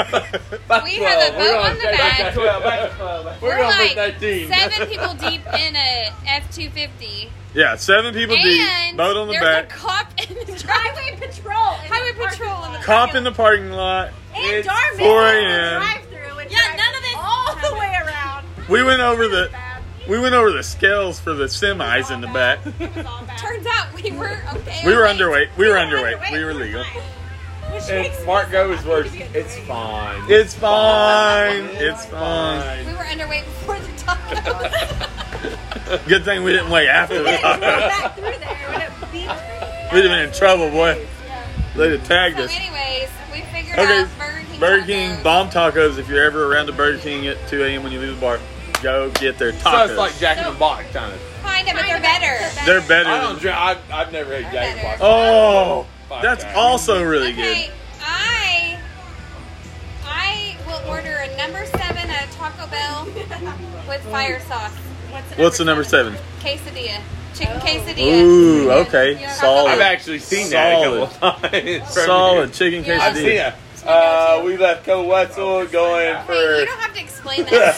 Speaker 5: we
Speaker 2: *laughs*
Speaker 5: have a
Speaker 3: We're
Speaker 5: boat
Speaker 3: gonna
Speaker 5: on the
Speaker 3: take
Speaker 5: back.
Speaker 3: that
Speaker 8: Back 12, back 12.
Speaker 3: We're
Speaker 5: We're
Speaker 3: gonna
Speaker 5: like
Speaker 3: make
Speaker 2: *laughs*
Speaker 3: 19.
Speaker 5: seven people deep in a F two fifty,
Speaker 2: *laughs* Yeah, seven people
Speaker 5: and
Speaker 2: deep, boat on the
Speaker 5: there's
Speaker 2: back,
Speaker 5: a cop in the driveway.
Speaker 4: Highway patrol. in the
Speaker 5: Highway
Speaker 4: parking
Speaker 5: patrol in
Speaker 4: lot.
Speaker 5: the
Speaker 2: cop in the parking lot.
Speaker 4: And
Speaker 8: It's
Speaker 4: Darman
Speaker 2: 4 a.m..
Speaker 4: drive through and
Speaker 6: Yeah,
Speaker 4: drive
Speaker 6: none of this
Speaker 4: all the way around.
Speaker 2: We went over the we went over the scales for the semis in the back.
Speaker 5: Turns out we were okay.
Speaker 2: We were
Speaker 5: okay.
Speaker 2: underweight. We were underweight. We were legal.
Speaker 3: And Mark Goes worse. It's fine.
Speaker 2: It's fine. It's fine. *laughs*
Speaker 5: *laughs* We were underweight before the tacos.
Speaker 2: Good thing we didn't wait after the
Speaker 9: Go
Speaker 2: taco.
Speaker 9: back through there. Would it be
Speaker 2: *laughs* We'd have been in trouble, boy. They'd have tagged
Speaker 5: So,
Speaker 2: us.
Speaker 5: anyways, we figured
Speaker 2: Okay,
Speaker 5: out Burger King.
Speaker 2: Burger King
Speaker 5: tacos.
Speaker 2: bomb tacos. If you're ever around the Burger King at 2 a.m. when you leave the bar, go get their
Speaker 3: So
Speaker 2: tacos.
Speaker 3: it's like Jack in the Box kind of.
Speaker 5: Kind of, but they're better.
Speaker 2: They're better.
Speaker 3: I don't
Speaker 2: Than-
Speaker 3: drink. I, I've never had Jack in the Box.
Speaker 2: oh,
Speaker 3: Fuck
Speaker 2: that's
Speaker 3: that.
Speaker 2: also really
Speaker 5: Okay, I I will order a number seven at Taco Bell with fire sauce.
Speaker 2: good. What's the number seven?
Speaker 5: Quesadilla, chicken quesadilla.
Speaker 2: Ooh, okay,
Speaker 5: Yeah.
Speaker 3: I've
Speaker 2: solid,
Speaker 3: actually seen that a
Speaker 2: Solid.
Speaker 3: couple *laughs* times.
Speaker 2: solid chicken
Speaker 5: Yeah.
Speaker 3: I've seen
Speaker 2: quesadilla.
Speaker 3: it. Uh, we left Cole Wetzel going
Speaker 5: Wait, you
Speaker 3: for.
Speaker 5: don't have to explain
Speaker 2: *laughs*
Speaker 5: that.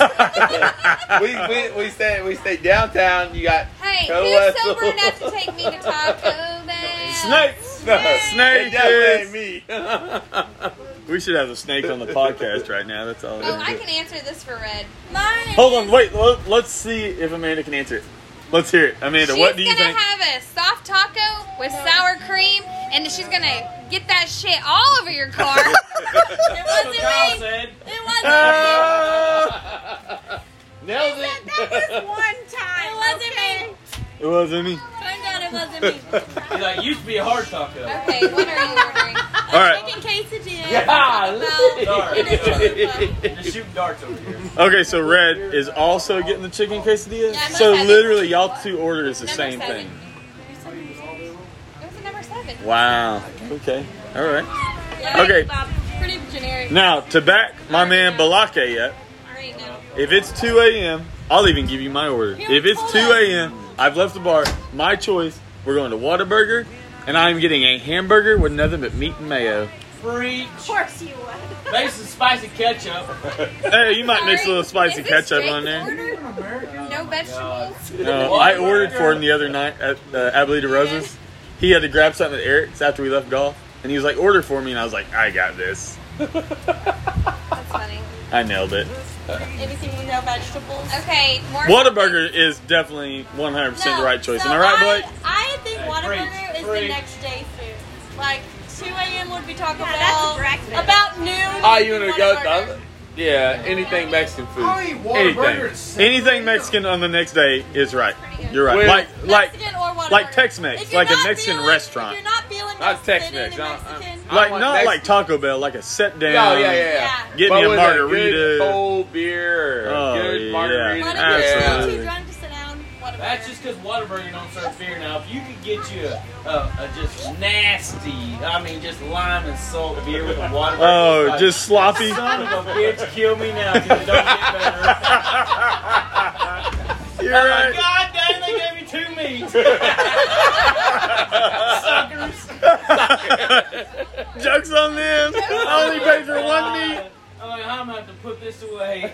Speaker 3: We, we, we stayed we stayed downtown. You got
Speaker 5: hey,
Speaker 3: Go
Speaker 5: who's
Speaker 3: us.
Speaker 5: sober enough to take me to
Speaker 2: *laughs*
Speaker 5: Taco Bell?
Speaker 2: Snakes,
Speaker 3: no,
Speaker 2: snake
Speaker 3: it definitely ain't
Speaker 2: is-
Speaker 3: me.
Speaker 2: *laughs* We should have a snake on the podcast right now. That's all. it
Speaker 5: Oh,
Speaker 2: is.
Speaker 5: I can answer this for Red.
Speaker 2: Hold on, wait. Let, let's see if Amanda can answer it. Let's hear it, Amanda.
Speaker 5: she's
Speaker 2: what do you
Speaker 5: gonna
Speaker 2: think?
Speaker 5: have a soft taco with sour cream, and she's gonna get that shit all over your car. *laughs*
Speaker 4: It wasn't
Speaker 7: Kyle
Speaker 4: me.
Speaker 7: said,
Speaker 4: It wasn't.
Speaker 2: *laughs* Ah!
Speaker 3: Nailed it.
Speaker 9: That was one time.
Speaker 4: It wasn't me.
Speaker 2: it wasn't me.
Speaker 4: Turns out it wasn't me.
Speaker 7: he's like, used to be a hard
Speaker 9: *laughs*
Speaker 7: taco.
Speaker 5: okay, what are you ordering?
Speaker 2: All right.
Speaker 4: Chicken quesadilla.
Speaker 7: Sorry.
Speaker 3: Golly.
Speaker 7: Just shooting darts over here.
Speaker 2: Okay, so Red is also getting the chicken quesadilla.
Speaker 5: Yeah, I must
Speaker 2: so
Speaker 5: have it.
Speaker 2: literally, y'all two order is the
Speaker 5: Number
Speaker 2: same
Speaker 5: seven.
Speaker 2: thing.
Speaker 5: It was a number seven.
Speaker 2: Wow. Okay. All right.
Speaker 4: Yeah,
Speaker 2: Okay.
Speaker 4: Pretty generic.
Speaker 2: Now to back my man Balake up.
Speaker 5: All right, no.
Speaker 2: If it's 2 a.m., I'll even give you my order. If it's 2 a.m., I've left the bar. My choice. We're going to Whataburger, and I'm getting a hamburger with nothing but meat and mayo.
Speaker 7: Preach.
Speaker 9: Of course you would.
Speaker 7: Make some spicy ketchup.
Speaker 2: Hey, you might mix a little
Speaker 5: Sorry,
Speaker 2: spicy
Speaker 5: is this
Speaker 2: ketchup
Speaker 5: Jake's
Speaker 2: on there.
Speaker 5: order? No vegetables.
Speaker 2: No, I ordered for him the other night at uh, Abuelita Rosa's. He had to grab something at Eric's after we left golf, and he was like, "Order for me," and I was like, "I got this.
Speaker 5: That's funny.
Speaker 2: I nailed it."
Speaker 4: Anything with no vegetables.
Speaker 5: Okay, more.
Speaker 2: Whataburger is definitely 100% the right choice.
Speaker 4: so
Speaker 2: Am I right, Blake?
Speaker 4: I, I think
Speaker 7: Hey,
Speaker 4: Whataburger
Speaker 7: preach,
Speaker 4: is the
Speaker 7: preach.
Speaker 4: next day food. Like 2 a.m. would be Taco
Speaker 9: Yeah, that's
Speaker 4: Bell.
Speaker 9: breakfast.
Speaker 4: About noon.
Speaker 2: Ah,
Speaker 3: Oh, you wanna Oh, go?
Speaker 4: Whataburger.
Speaker 3: The, yeah, anything Mexican food.
Speaker 2: Anything, anything Mexican on the next day is right. You're right.
Speaker 3: Well-
Speaker 2: Like, like,
Speaker 4: Mexican or Whataburger.
Speaker 2: like Tex-Mex,
Speaker 4: If you're
Speaker 2: like a
Speaker 4: not
Speaker 2: Mexican
Speaker 4: feeling-
Speaker 2: restaurant.
Speaker 4: If you're not feeling Mexican,
Speaker 3: Not Tex-Mex,
Speaker 4: any
Speaker 3: I don't-
Speaker 4: Mexican.
Speaker 3: I-
Speaker 2: like
Speaker 3: want
Speaker 2: not like
Speaker 3: Mexican.
Speaker 2: Taco Bell, like a set down.
Speaker 3: Oh yeah, yeah, yeah.
Speaker 4: Yeah.
Speaker 2: Get
Speaker 3: But
Speaker 2: me a
Speaker 3: with
Speaker 2: margarita.
Speaker 3: good cold beer.
Speaker 2: Oh, yeah.
Speaker 3: good margarita.
Speaker 4: What if
Speaker 2: Absolutely.
Speaker 4: you're too drunk to sit down? Whataburger.
Speaker 7: That's just because Whataburger don't serve beer now. If you could get you a, a, a just nasty, I mean, just lime and salt beer with a Whataburger.
Speaker 2: Oh,
Speaker 7: like,
Speaker 2: just
Speaker 3: *laughs*
Speaker 2: sloppy.
Speaker 7: Son of a bitch, kill me now because it don't get *laughs* better.
Speaker 2: You're
Speaker 7: Oh my
Speaker 2: right.
Speaker 7: God dang, they gave me two meats. *laughs* Suckers.
Speaker 2: Jokes on them. I only paid for one meat.
Speaker 7: I'm like, I'm gonna have to put this away.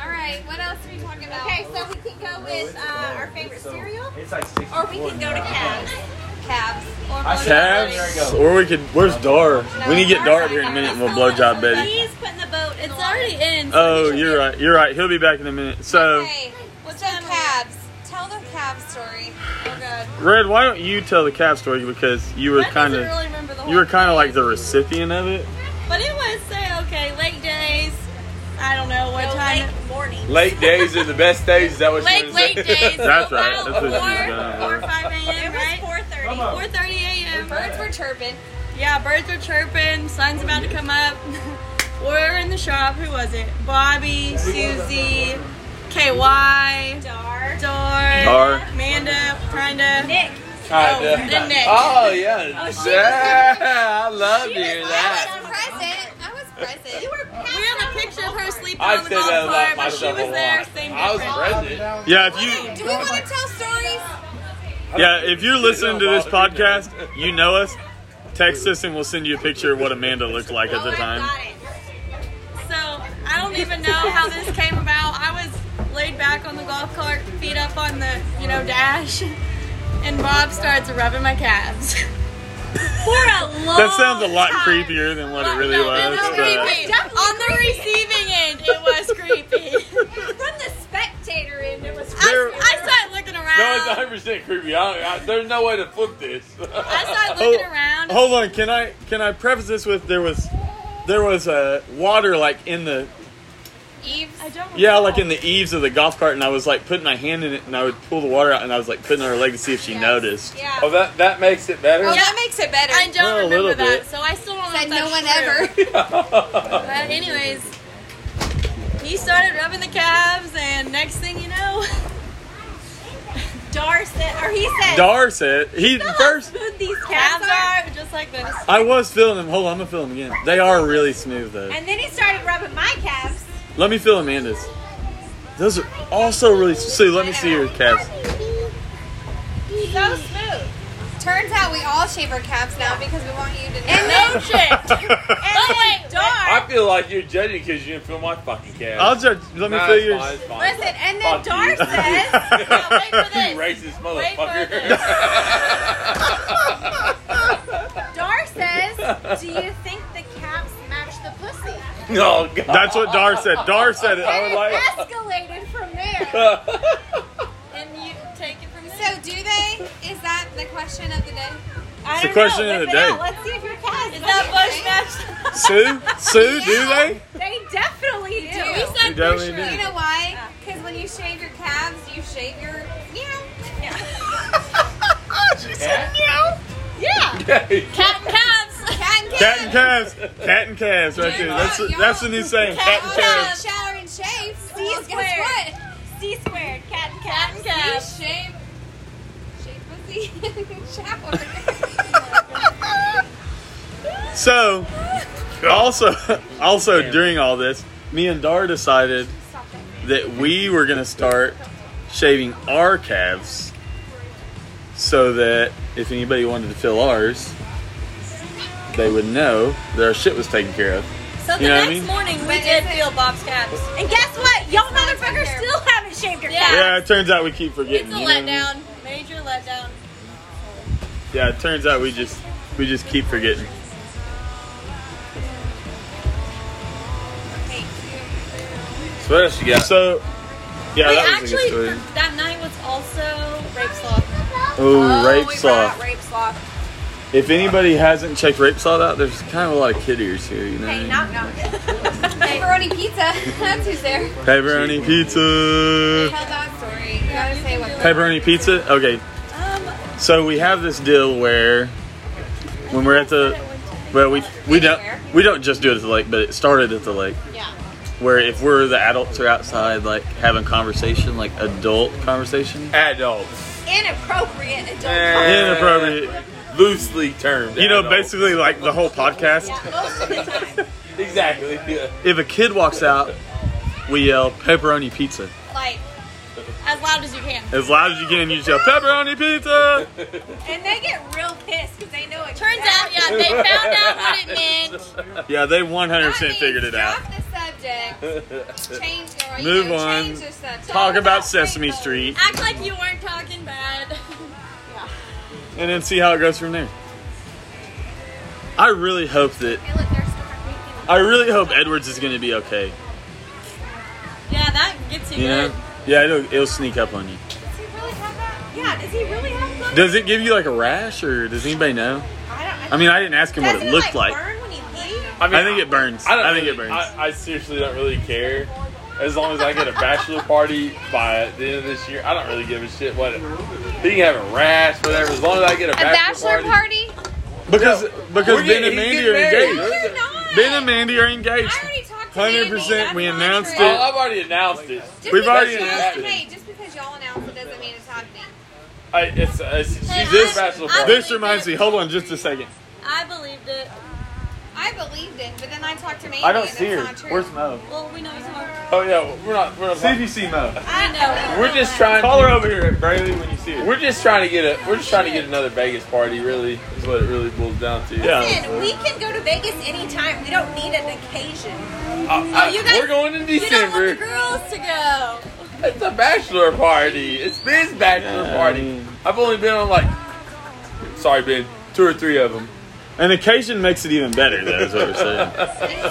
Speaker 5: All right, what else are we talking about?
Speaker 9: Okay, so we can go with uh, our favorite cereal,
Speaker 7: It's like six.
Speaker 9: or we can go to Cavs.
Speaker 5: Calves.
Speaker 7: I said, there you
Speaker 2: Tabs,
Speaker 7: go.
Speaker 2: or we could. Where's Dar? We need to get Dar up here in a minute, and we'll blowjob Betty.
Speaker 4: He's putting the boat. It's already in. so
Speaker 2: Oh,
Speaker 4: he should
Speaker 2: you're right. You're right. He'll be back in a minute. So,
Speaker 5: Okay, what's so calves? Tell the calves story. Oh god.
Speaker 2: Red, why don't you tell the calf story because you were
Speaker 4: Brett
Speaker 2: kind
Speaker 4: doesn't
Speaker 2: of
Speaker 4: really remember the
Speaker 2: you were
Speaker 4: whole
Speaker 2: kind of like
Speaker 4: thing.
Speaker 2: the recipient of it.
Speaker 4: But it was say okay, late days. I don't know what
Speaker 9: Go
Speaker 4: time.
Speaker 9: late morning.
Speaker 3: Late days are the best days. Is that what
Speaker 4: Late,
Speaker 3: you
Speaker 2: *laughs*
Speaker 4: late days.
Speaker 2: That's
Speaker 4: go
Speaker 2: right,
Speaker 4: out
Speaker 2: that's what she's
Speaker 4: before
Speaker 2: done.
Speaker 4: four or five a.m. Right.
Speaker 9: It was 4:30.
Speaker 4: Four thirty a.m.
Speaker 5: Birds were chirping.
Speaker 4: Yeah, birds are chirping. Sun's about to come up. *laughs* we're in the shop. Who was it? Bobby, Susie, KY,
Speaker 9: Dar.
Speaker 4: Dar,
Speaker 2: Dar.
Speaker 4: Amanda, kinda.
Speaker 9: Nick.
Speaker 4: Oh, then Nick.
Speaker 3: *laughs* Oh yeah. yeah, I love to hear
Speaker 5: I
Speaker 3: that.
Speaker 5: was present. I was present. You were
Speaker 4: We have a picture of her sleeping
Speaker 3: I
Speaker 4: on the
Speaker 3: said that
Speaker 4: golf
Speaker 3: about
Speaker 4: cart, but she
Speaker 3: myself a
Speaker 4: was there.
Speaker 3: lot.
Speaker 4: Same
Speaker 3: I was
Speaker 4: difference.
Speaker 3: present.
Speaker 2: Yeah, if you
Speaker 5: Do we want to tell stories?
Speaker 2: yeah if you're listening to this podcast, you know us. Text us and we'll send you a picture of what Amanda looked like at the
Speaker 4: Oh, I
Speaker 2: time.
Speaker 4: got it. So I don't even know how this came about. I was laid back on the golf cart, feet up on the you know dash, and Bob starts rubbing my calves. *laughs* For a long
Speaker 2: That sounds a lot
Speaker 5: Oh
Speaker 4: time.
Speaker 2: creepier than what it really
Speaker 4: No, it
Speaker 2: was.
Speaker 4: was
Speaker 2: but-
Speaker 4: creepy. On the receiving end, it was
Speaker 2: *laughs*
Speaker 4: creepy.
Speaker 9: From the spectator end, it was.
Speaker 4: I, I started looking
Speaker 3: No, it's
Speaker 4: around.
Speaker 3: 100 percent creepy. I, I, there's no way to flip this. *laughs*
Speaker 4: I started
Speaker 2: Hold-
Speaker 4: looking around.
Speaker 2: Hold on, can I can I preface this with there was there was uh, water like in the
Speaker 5: eaves.
Speaker 6: I don't.
Speaker 2: Yeah,
Speaker 6: recall.
Speaker 2: like in the eaves of the golf cart, and I was like putting my hand in it, and I would pull the water out, and I was like putting on her leg to see if she
Speaker 5: Yes.
Speaker 2: noticed.
Speaker 5: Yeah.
Speaker 7: Oh, that that makes it better.
Speaker 5: Oh, that makes it better.
Speaker 6: I don't
Speaker 2: Well, a
Speaker 6: remember
Speaker 2: little
Speaker 6: that,
Speaker 2: bit.
Speaker 6: so I still don't know. if
Speaker 5: Said no
Speaker 6: that's
Speaker 5: one
Speaker 6: true.
Speaker 5: ever.
Speaker 6: *laughs* But anyways, he started rubbing the calves, and next thing you know, *laughs* Dar said, or he said,
Speaker 2: Dar said he first.
Speaker 6: smooth these calves are just like this.
Speaker 2: I was feeling them. Hold on, I'm gonna feel them again. They are really smooth though.
Speaker 4: And then he started rubbing my calves.
Speaker 2: Let me feel Amanda's. Those are also really. See, let me see your calves.
Speaker 6: *laughs*
Speaker 5: so smooth. Turns out we all shave our calves now because we want you to know.
Speaker 6: And no
Speaker 4: *laughs*
Speaker 6: shit. But wait, Dar.
Speaker 7: I feel like you're judging because you didn't feel my fucking calves.
Speaker 2: I'll judge. Let me
Speaker 7: Nah,
Speaker 2: feel
Speaker 7: it's
Speaker 2: yours.
Speaker 7: fine, it's fine.
Speaker 4: Listen, and then
Speaker 7: Fuck
Speaker 4: Dar
Speaker 7: you.
Speaker 2: *laughs*
Speaker 4: says,
Speaker 6: Now, wait for
Speaker 7: You
Speaker 6: this.
Speaker 7: racist
Speaker 6: Wait for
Speaker 4: *laughs*
Speaker 3: *laughs*
Speaker 7: motherfucker.
Speaker 4: Dar says, do you think the calves match the pussy?
Speaker 7: oh god.
Speaker 2: That's what Dar said. Dar said it. I was like,
Speaker 4: Escalated from
Speaker 2: *laughs*
Speaker 4: there.
Speaker 6: And you take it from there.
Speaker 5: So do they? Is that the question of the day?
Speaker 6: I
Speaker 2: It's the
Speaker 6: don't
Speaker 2: question
Speaker 6: know.
Speaker 2: of the
Speaker 6: Whip it out.
Speaker 2: day.
Speaker 4: Let's see if your calves
Speaker 6: Is
Speaker 4: match.
Speaker 6: that bush match?
Speaker 2: Sue, Sue, do they?
Speaker 4: *laughs* They definitely do.
Speaker 5: We
Speaker 2: We definitely do.
Speaker 5: You know why? Because when you shave your calves, you shave your, you know.
Speaker 2: *laughs*
Speaker 4: *laughs*
Speaker 2: *laughs*
Speaker 6: Cat and calves.
Speaker 5: Cat and
Speaker 2: Cat and
Speaker 5: calves.
Speaker 2: calves. Cat and calves right there. That's that's the new saying. Cat and calves.
Speaker 5: Shower and shave. See,
Speaker 4: Well,
Speaker 5: guess
Speaker 4: square.
Speaker 5: what?
Speaker 4: C squared, cat and
Speaker 6: Cat and calves.
Speaker 5: You shave, shave pussy *laughs* and shower. *laughs*
Speaker 2: So, also, *laughs* also during all this, me and Dar decided that we were gonna start shaving our calves, so that if anybody wanted to fill ours, they would know that our shit was taken care of.
Speaker 6: So the
Speaker 2: You know what I
Speaker 6: next
Speaker 2: mean?
Speaker 6: morning we did feel Bob's calves.
Speaker 4: And guess what? Y'all motherfuckers still haven't shaved your
Speaker 6: Yeah.
Speaker 4: calves.
Speaker 2: Yeah, it turns out we keep
Speaker 6: It's
Speaker 2: forgetting.
Speaker 6: a
Speaker 2: you know what I mean?
Speaker 6: letdown. Major letdown.
Speaker 2: Yeah, it turns out we just we just keep forgetting.
Speaker 7: what else you got?
Speaker 2: So, yeah,
Speaker 6: Wait,
Speaker 2: that was
Speaker 6: actually,
Speaker 2: a good story.
Speaker 6: that night was also rape sloth.
Speaker 2: Oh,
Speaker 5: we
Speaker 2: rape
Speaker 5: forgot
Speaker 2: saw.
Speaker 5: Rape sloth.
Speaker 2: If anybody hasn't checked rape saw out, there's kind of a lot of kid ears here, you know.
Speaker 4: Hey, knock knock.
Speaker 5: Pepperoni pizza. *laughs* That's who's there.
Speaker 2: Pepperoni pizza.
Speaker 5: Tell that story. You gotta say what.
Speaker 2: Pepperoni pizza. Okay,
Speaker 6: Um,
Speaker 2: so we have this deal where when we're at the well, we we don't we don't just do it at the lake, but it started at the lake.
Speaker 6: Yeah.
Speaker 2: Where if we're the adults are outside, like having conversation, like adult conversation,
Speaker 7: Adults.
Speaker 4: Inappropriate adult.
Speaker 2: inappropriate.
Speaker 7: Loosely termed.
Speaker 2: You know,
Speaker 7: adults.
Speaker 2: basically like the whole podcast.
Speaker 4: Most of the time.
Speaker 3: *laughs*
Speaker 7: Exactly. Yeah.
Speaker 2: If a kid walks out, we yell pepperoni pizza.
Speaker 6: like as loud as you can.
Speaker 2: As loud as you can, you just yell pepperoni pizza.
Speaker 4: And they get real pissed because they know it.
Speaker 6: Turns out, yeah,
Speaker 2: *laughs*
Speaker 6: they found out what it meant.
Speaker 2: Yeah, they 100%
Speaker 5: I mean,
Speaker 2: figured it out.
Speaker 5: Drop the subject.
Speaker 2: *laughs*
Speaker 5: Change. Or, you
Speaker 2: Move
Speaker 5: know,
Speaker 2: on.
Speaker 5: Change the subject.
Speaker 2: Talk about
Speaker 5: rape
Speaker 2: Sesame
Speaker 5: saw.
Speaker 2: Street
Speaker 6: Act like you weren't talking bad.
Speaker 2: and then see how it goes from there. I really hope that
Speaker 5: Hey, look, there's Storm.
Speaker 2: I really hope Edwards is going to be okay.
Speaker 6: Yeah, that gets you
Speaker 2: You know?
Speaker 6: good.
Speaker 2: Yeah, it'll, it'll sneak up on you.
Speaker 5: Does he really have that?
Speaker 4: Yeah, does he really have blood?
Speaker 2: Does it give you like a rash or does anybody know?
Speaker 4: I don't
Speaker 2: I mean, I didn't ask him what
Speaker 4: Doesn't
Speaker 2: it looked like.
Speaker 4: burn when you leave?
Speaker 7: I,
Speaker 2: I think it burns.
Speaker 3: I, don't
Speaker 2: I think
Speaker 3: really-
Speaker 2: it burns.
Speaker 3: I, I seriously don't really care. As long as I get a bachelor party by the end of this year, I don't really give a shit what. It, he can have a rash, whatever. As long as I get a
Speaker 5: A
Speaker 3: bachelor,
Speaker 5: bachelor party?
Speaker 2: Because because
Speaker 7: We're
Speaker 2: Ben
Speaker 7: getting-
Speaker 2: and
Speaker 7: he's
Speaker 2: Mandy
Speaker 7: getting
Speaker 2: are
Speaker 7: married.
Speaker 2: engaged.
Speaker 5: You're not.
Speaker 2: Ben and Mandy are engaged.
Speaker 5: I already talked to
Speaker 2: 100%, we
Speaker 5: Mandy.
Speaker 2: announced
Speaker 5: That's
Speaker 2: it.
Speaker 5: not
Speaker 3: Oh, I've already announced it.
Speaker 5: true. Just
Speaker 2: We've
Speaker 5: because
Speaker 2: already
Speaker 5: y'all-
Speaker 2: announced it.
Speaker 5: Hey, just because y'all announced it doesn't mean it's happening.
Speaker 3: I, it's, it's she's
Speaker 6: Hey,
Speaker 3: this
Speaker 6: I-
Speaker 3: bachelor
Speaker 6: I-
Speaker 3: party.
Speaker 2: This reminds me. Hold on, just a second.
Speaker 6: I believed it.
Speaker 5: I believed it, but then I talked to Mandy.
Speaker 2: I don't
Speaker 5: and
Speaker 2: see her.
Speaker 5: that's Not true.
Speaker 2: Where's Mo?
Speaker 6: Well, we know it's hard.
Speaker 3: Oh yeah, we're not. We're not.
Speaker 2: See if you see Mo.
Speaker 6: I know.
Speaker 7: We're just trying.
Speaker 2: Call her over here, Braylee, when you see her.
Speaker 7: We're just trying to get a. We're just trying to get another Vegas party. Really, is what it really boils down to.
Speaker 2: Yeah.
Speaker 4: Listen, we can go to Vegas anytime. We don't need an occasion.
Speaker 7: I- I-
Speaker 6: you guys-
Speaker 7: we're going in
Speaker 6: You don't want the
Speaker 7: December.
Speaker 6: girls to
Speaker 2: *laughs*
Speaker 6: go.
Speaker 7: It's a bachelor party. It's Ben's bachelor
Speaker 2: Yeah, I
Speaker 7: party.
Speaker 2: mean-
Speaker 7: I've only been on like, sorry Ben, two or three of them.
Speaker 2: An occasion makes it even better, though, is what we're saying.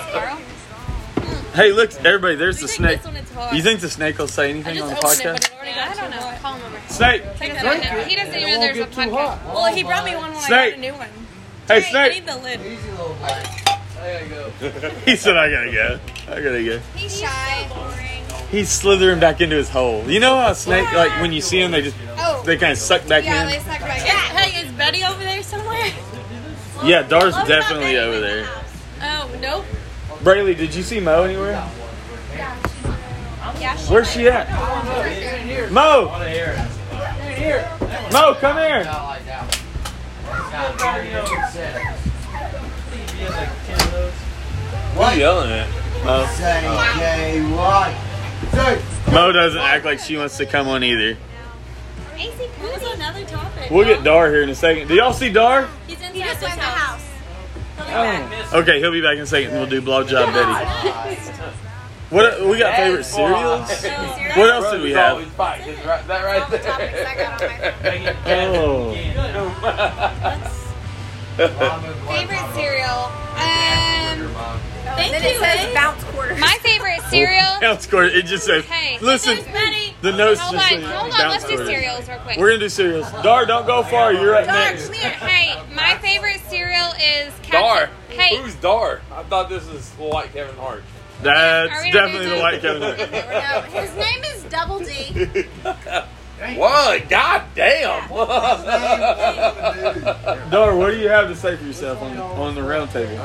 Speaker 2: Hey, look, everybody, there's
Speaker 6: We
Speaker 2: the
Speaker 6: think
Speaker 2: snake.
Speaker 6: this one is hard.
Speaker 2: You think the snake will say
Speaker 6: I
Speaker 2: anything
Speaker 6: just
Speaker 2: on the
Speaker 6: opened it, but
Speaker 2: podcast?
Speaker 6: it already
Speaker 5: Yeah, I
Speaker 6: got
Speaker 5: don't
Speaker 6: too
Speaker 5: know.
Speaker 6: hot.
Speaker 5: Call him over.
Speaker 2: Snake!
Speaker 5: He doesn't know. He doesn't even know there's a podcast.
Speaker 6: Well, he brought me one when I
Speaker 2: Snake.
Speaker 6: got a new one.
Speaker 2: Hey,
Speaker 6: I need
Speaker 2: snake!
Speaker 6: the lid.
Speaker 7: I gotta go.
Speaker 2: He said, I gotta go. I gotta go.
Speaker 5: He's shy.
Speaker 2: He's slithering back into his hole. You know how a snake, like, when you see him, they just,
Speaker 5: Oh,
Speaker 2: they kind of suck back
Speaker 5: yeah,
Speaker 2: in?
Speaker 5: they suck back.
Speaker 4: Yeah, hey, is Betty over there
Speaker 2: *laughs*
Speaker 4: somewhere?
Speaker 2: Yeah, Dar's definitely over there.
Speaker 4: Oh, nope.
Speaker 2: Braylee, did you see Mo anywhere?
Speaker 5: Yeah, she
Speaker 2: Where's she at? Mo! Mo, come here! What are you yelling at? Mo. Mo doesn't act like she wants to come on either.
Speaker 5: AC
Speaker 4: Who's another topic?
Speaker 2: We'll get Dar here in a second. Do y'all see Dar?
Speaker 4: He's inside
Speaker 5: He just
Speaker 4: this
Speaker 5: went to the
Speaker 4: house.
Speaker 5: house.
Speaker 2: Okay, he'll be back in a second. We'll do blog job,
Speaker 6: *laughs*
Speaker 2: Betty. What we got favorite cereals? What else did we have?
Speaker 3: that right
Speaker 5: All the topics
Speaker 3: *laughs*
Speaker 5: I got on my phone.
Speaker 2: Oh,
Speaker 5: *laughs* Favorite cereal? Um,
Speaker 4: Thank
Speaker 5: then
Speaker 4: you,
Speaker 5: it says
Speaker 4: Ace.
Speaker 5: bounce quarters. my favorite cereal.
Speaker 2: Bounce quarters. It just says.
Speaker 5: Hey,
Speaker 2: Listen,
Speaker 4: Betty.
Speaker 2: the notes
Speaker 5: Hold
Speaker 2: just
Speaker 5: on,
Speaker 2: say
Speaker 5: hold on.
Speaker 2: bounce
Speaker 5: Let's do
Speaker 2: quarters.
Speaker 5: cereals real quick.
Speaker 2: We're gonna do cereals. Dar, don't go far. You're up
Speaker 5: Dar,
Speaker 2: next.
Speaker 5: come here. Hey, my favorite cereal is Captain.
Speaker 3: Dar.
Speaker 5: Hey,
Speaker 3: Who's Dar? I thought this was like Kevin
Speaker 5: Are
Speaker 3: Hart.
Speaker 2: That's
Speaker 5: we gonna
Speaker 2: definitely
Speaker 5: do
Speaker 2: the white Kevin Hart.
Speaker 8: No, his name is Double D.
Speaker 3: What? God damn.
Speaker 2: *laughs* Dar, what do you have to say for yourself on, on the round table?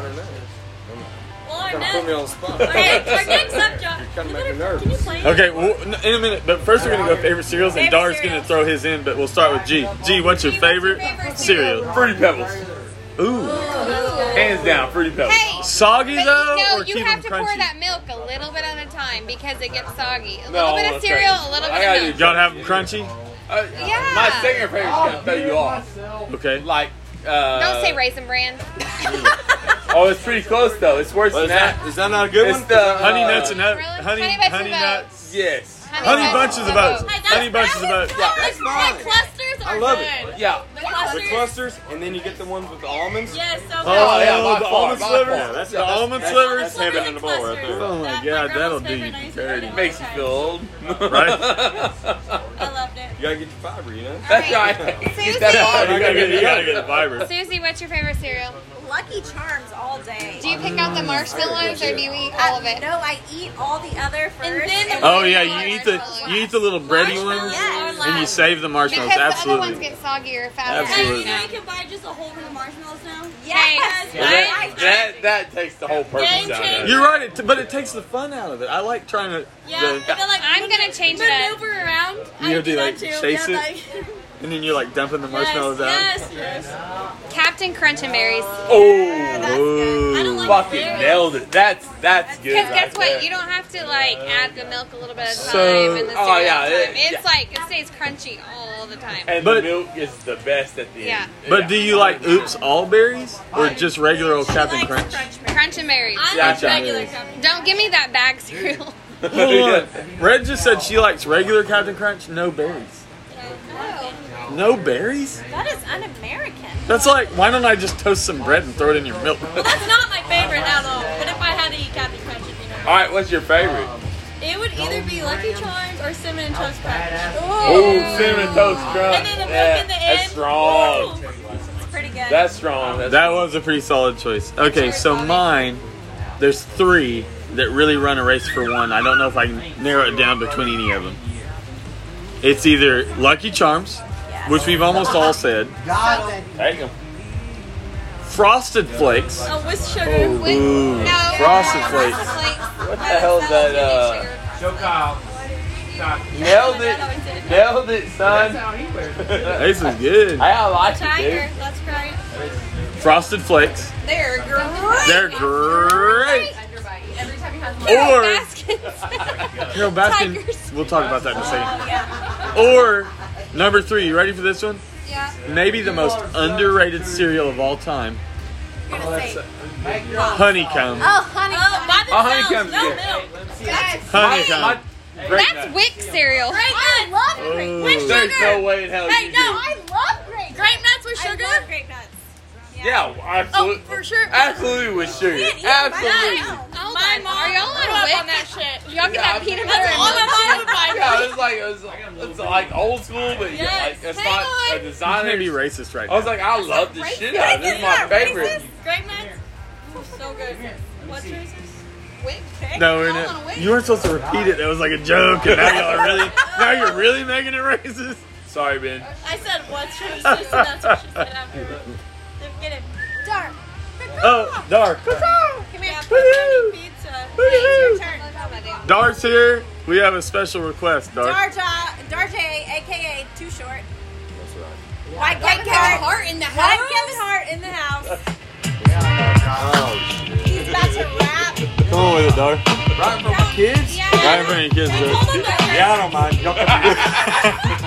Speaker 4: Lauren,
Speaker 10: Put me on the spot.
Speaker 4: Hey, our next up, John.
Speaker 10: You're trying to
Speaker 4: You
Speaker 10: make
Speaker 4: better-
Speaker 10: me nervous.
Speaker 4: Can you play?
Speaker 2: Okay, well, n- in a minute. But first, we're gonna go favorite cereals, and Dar's gonna throw his in. But we'll start with G. G, what's your favorite cereal?
Speaker 3: Fruity Pebbles.
Speaker 2: Ooh,
Speaker 3: Hands down, Fruity Pebbles.
Speaker 5: hey.
Speaker 2: soggy
Speaker 5: But you
Speaker 2: though,
Speaker 5: know,
Speaker 2: or
Speaker 5: you
Speaker 2: keep
Speaker 5: have
Speaker 2: them
Speaker 5: to pour
Speaker 2: crunchy?
Speaker 5: that milk a little bit at a time because it gets soggy. A
Speaker 3: No,
Speaker 5: little bit of
Speaker 3: okay.
Speaker 5: cereal, a little bit
Speaker 3: I
Speaker 5: of
Speaker 3: gotta
Speaker 5: milk.
Speaker 3: do-
Speaker 2: Y'all have them crunchy?
Speaker 3: Uh,
Speaker 5: Yeah.
Speaker 3: My second favorite is gonna throw you off.
Speaker 2: Okay.
Speaker 3: Like, uh,
Speaker 5: Don't say raisin
Speaker 3: *laughs*
Speaker 5: bran.
Speaker 3: Oh, it's pretty close though. It's worse than that.
Speaker 10: Is that not a good
Speaker 3: It's
Speaker 10: one?
Speaker 3: the uh,
Speaker 2: Honey nuts and nut,
Speaker 5: Really?
Speaker 2: honey,
Speaker 5: Honey Bunches
Speaker 2: honey
Speaker 5: of
Speaker 2: nuts,
Speaker 3: Yes.
Speaker 2: honey bunches of oats,
Speaker 5: Oats.
Speaker 2: honey bunches of oats.
Speaker 3: Yeah,
Speaker 10: that's
Speaker 4: The
Speaker 10: fine.
Speaker 4: clusters are
Speaker 10: I love
Speaker 4: good.
Speaker 10: it.
Speaker 3: Yeah.
Speaker 4: The
Speaker 10: The
Speaker 4: clusters.
Speaker 10: clusters, and then you get the ones with the almonds.
Speaker 4: Yes, so good.
Speaker 2: Oh,
Speaker 3: yeah, by
Speaker 2: the
Speaker 3: far,
Speaker 2: almond
Speaker 3: by
Speaker 2: slivers.
Speaker 3: far.
Speaker 10: That's-
Speaker 2: the
Speaker 10: that's-
Speaker 2: almond
Speaker 10: that's-
Speaker 2: slivers.
Speaker 10: that's heaven in the bowl right there.
Speaker 2: Oh my God, that'll do you dirty.
Speaker 3: Makes you feel old.
Speaker 2: *laughs* Right?
Speaker 4: I loved it.
Speaker 10: You gotta get your fiber, you know.
Speaker 3: That's right. *laughs* Get that
Speaker 2: Oh, you,
Speaker 3: body.
Speaker 2: gotta get, you gotta get the fiber.
Speaker 5: Susie, what's your favorite cereal?
Speaker 8: Lucky Charms all day.
Speaker 5: Do you pick out the marshmallows or do you eat all of it?
Speaker 8: No, I eat all the other first.
Speaker 4: And then the-
Speaker 2: Oh yeah, you eat the you eat the little bready ones,
Speaker 4: Yes.
Speaker 2: and you save the marshmallows.
Speaker 5: Because the other ones
Speaker 2: Absolutely.
Speaker 5: get soggier faster.
Speaker 4: Hey,
Speaker 2: Absolutely.
Speaker 4: you know you can buy just a whole bunch of marshmallows now?
Speaker 8: yes.
Speaker 3: Well, that, that that takes the whole purpose
Speaker 4: Game
Speaker 3: out of it.
Speaker 4: changer.
Speaker 2: You're right, it t- but it takes the fun out of it. I like trying to.
Speaker 4: Yeah, I
Speaker 2: The,
Speaker 4: feel like
Speaker 5: I'm gonna change it up.
Speaker 4: maneuver around. I
Speaker 2: You'll do,
Speaker 4: that
Speaker 2: like,
Speaker 4: too.
Speaker 2: chase
Speaker 4: yeah,
Speaker 2: it?
Speaker 4: Like,
Speaker 2: and then you're like dumping the marshmallows out.
Speaker 4: yes, yes.
Speaker 5: Captain Crunch and Berries.
Speaker 3: Oh,
Speaker 4: I don't
Speaker 2: Ooh.
Speaker 4: like
Speaker 3: fucking nailed it. That's that's good.
Speaker 5: Because
Speaker 3: right
Speaker 5: guess what?
Speaker 3: there.
Speaker 5: You don't have to like add the milk a little bit at a time
Speaker 2: So-
Speaker 5: and the cereal
Speaker 3: Oh, yeah,
Speaker 5: time.
Speaker 3: it-
Speaker 5: It's
Speaker 3: yeah.
Speaker 5: like it stays crunchy all the time.
Speaker 3: And
Speaker 2: But-
Speaker 3: the milk is the best at the
Speaker 5: Yeah.
Speaker 3: end.
Speaker 2: But do you like Oops All Berries or just regular old Captain
Speaker 4: Like
Speaker 2: Crunch?
Speaker 5: Crunch and Berries.
Speaker 4: I like
Speaker 2: Gotcha.
Speaker 4: regular gummy.
Speaker 5: Don't give me that bag cereal.
Speaker 2: Hold on. Red just said she likes regular Captain Crunch, no berries. No berries?
Speaker 8: That is un-American.
Speaker 2: That's like, why don't I just toast some bread and throw it in your milk? *laughs*
Speaker 4: That's not my favorite at all. But if I had to eat Captain Crunch, it'd be nice.
Speaker 3: All right, what's your favorite?
Speaker 4: It would either be Lucky Charms or Cinnamon and Toast Crunch.
Speaker 3: Ooh,
Speaker 5: Oh, *laughs*
Speaker 3: cinnamon toast crunch.
Speaker 4: And then the milk
Speaker 3: Yeah,
Speaker 4: in the end.
Speaker 3: that's strong.
Speaker 4: Ooh.
Speaker 8: It's pretty good.
Speaker 3: That's strong. That's
Speaker 2: That was a pretty solid choice. Okay, so mine, there's three that really run a race for one. I don't know if I can narrow it down between any of them. It's either Lucky Charms, which we've almost all said,
Speaker 3: Take 'em.
Speaker 2: Frosted Flakes,
Speaker 4: Oh, with sugar.
Speaker 5: Wait,
Speaker 2: Ooh,
Speaker 5: no.
Speaker 2: Frosted Flakes.
Speaker 3: What the hell is that? Uh,
Speaker 7: Joe Kyle.
Speaker 3: nailed
Speaker 4: That
Speaker 3: it.
Speaker 4: always did it.
Speaker 3: Nailed it, son.
Speaker 7: he wears
Speaker 2: This is good.
Speaker 3: Hey, I like it,
Speaker 4: Tiger, that's right.
Speaker 2: Frosted Flakes.
Speaker 5: They're
Speaker 2: They're great. Or- Carol Baskin.
Speaker 5: Tigers.
Speaker 2: We'll talk about that in a second. Or number three. You ready for this one?
Speaker 5: yeah.
Speaker 2: Maybe the most underrated cereal of all time. Honeycomb.
Speaker 8: oh, honey.
Speaker 4: Oh, by
Speaker 3: Oh,
Speaker 4: themselves,
Speaker 3: honeycomb's
Speaker 4: no
Speaker 3: good.
Speaker 4: milk.
Speaker 2: Oh.
Speaker 3: dude. My-
Speaker 2: Honeycomb.
Speaker 3: my- great
Speaker 5: That's
Speaker 3: nut.
Speaker 5: Wick cereal.
Speaker 8: I love grape nuts.
Speaker 2: Ooh.
Speaker 3: There's no way in hell
Speaker 4: Hey,
Speaker 3: you
Speaker 4: no,
Speaker 3: do.
Speaker 4: I
Speaker 8: love grape nuts.
Speaker 4: grape nuts with sugar.
Speaker 8: I love grape nuts.
Speaker 3: Yeah, absolutely.
Speaker 4: Oh, for sure.
Speaker 3: Absolutely with sugar. Absolutely.
Speaker 4: Mine-
Speaker 5: Hold
Speaker 4: my
Speaker 5: on,
Speaker 4: mom
Speaker 5: are y'all on
Speaker 4: grew up
Speaker 5: Wick?
Speaker 4: on that shit.
Speaker 5: Y'all get that
Speaker 3: Yeah,
Speaker 5: peanut butter
Speaker 4: That's all
Speaker 5: and
Speaker 4: my mom would buy.
Speaker 3: Yeah, it's like it's, it's like old school, but yeah, like, it's
Speaker 4: Hang
Speaker 3: not
Speaker 4: on.
Speaker 3: a
Speaker 2: I may
Speaker 3: designer.
Speaker 2: be racist right
Speaker 3: I was
Speaker 2: now.
Speaker 3: like, I love this shit out. of it. This is my favorite.
Speaker 4: Grape nuts.
Speaker 6: So good. What choices?
Speaker 5: Whip.
Speaker 2: No, we're
Speaker 5: Call on a
Speaker 2: not.
Speaker 5: whip.
Speaker 2: You weren't supposed to repeat it. That was like a joke, and now y'all are really, now you're really making it racist.
Speaker 7: Sorry, Ben.
Speaker 6: I said what choices, and that's what she said
Speaker 11: *laughs*
Speaker 6: after. Get it.
Speaker 5: Dark.
Speaker 2: Oh, dark.
Speaker 6: Come here. Pepperoni pizza. Hey, it's your turn.
Speaker 2: Dart's here. We have a special request, Dart.
Speaker 4: Darja, Darje, aka Too Short.
Speaker 11: That's right.
Speaker 4: Why Kevin
Speaker 5: Kevin Hart,
Speaker 4: Hart?
Speaker 5: in the
Speaker 4: Why
Speaker 5: house.
Speaker 4: Kevin Hart in the house?
Speaker 11: Oh, shit.
Speaker 4: He's about to rap.
Speaker 2: Come on with it, Dart.
Speaker 11: Right from my kids?
Speaker 6: Yeah.
Speaker 2: Right in front of your kids,
Speaker 6: Hold on,
Speaker 2: Dart.
Speaker 6: Dart.
Speaker 11: Yeah, I don't mind. Y'all come here.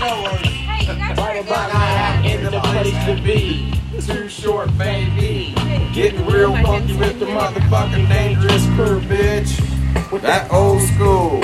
Speaker 8: No worries.
Speaker 5: Hey, you guys are
Speaker 8: But I am in the place to be. Too short, baby. Getting real funky with the motherfucking dangerous crew, bitch. With that old school.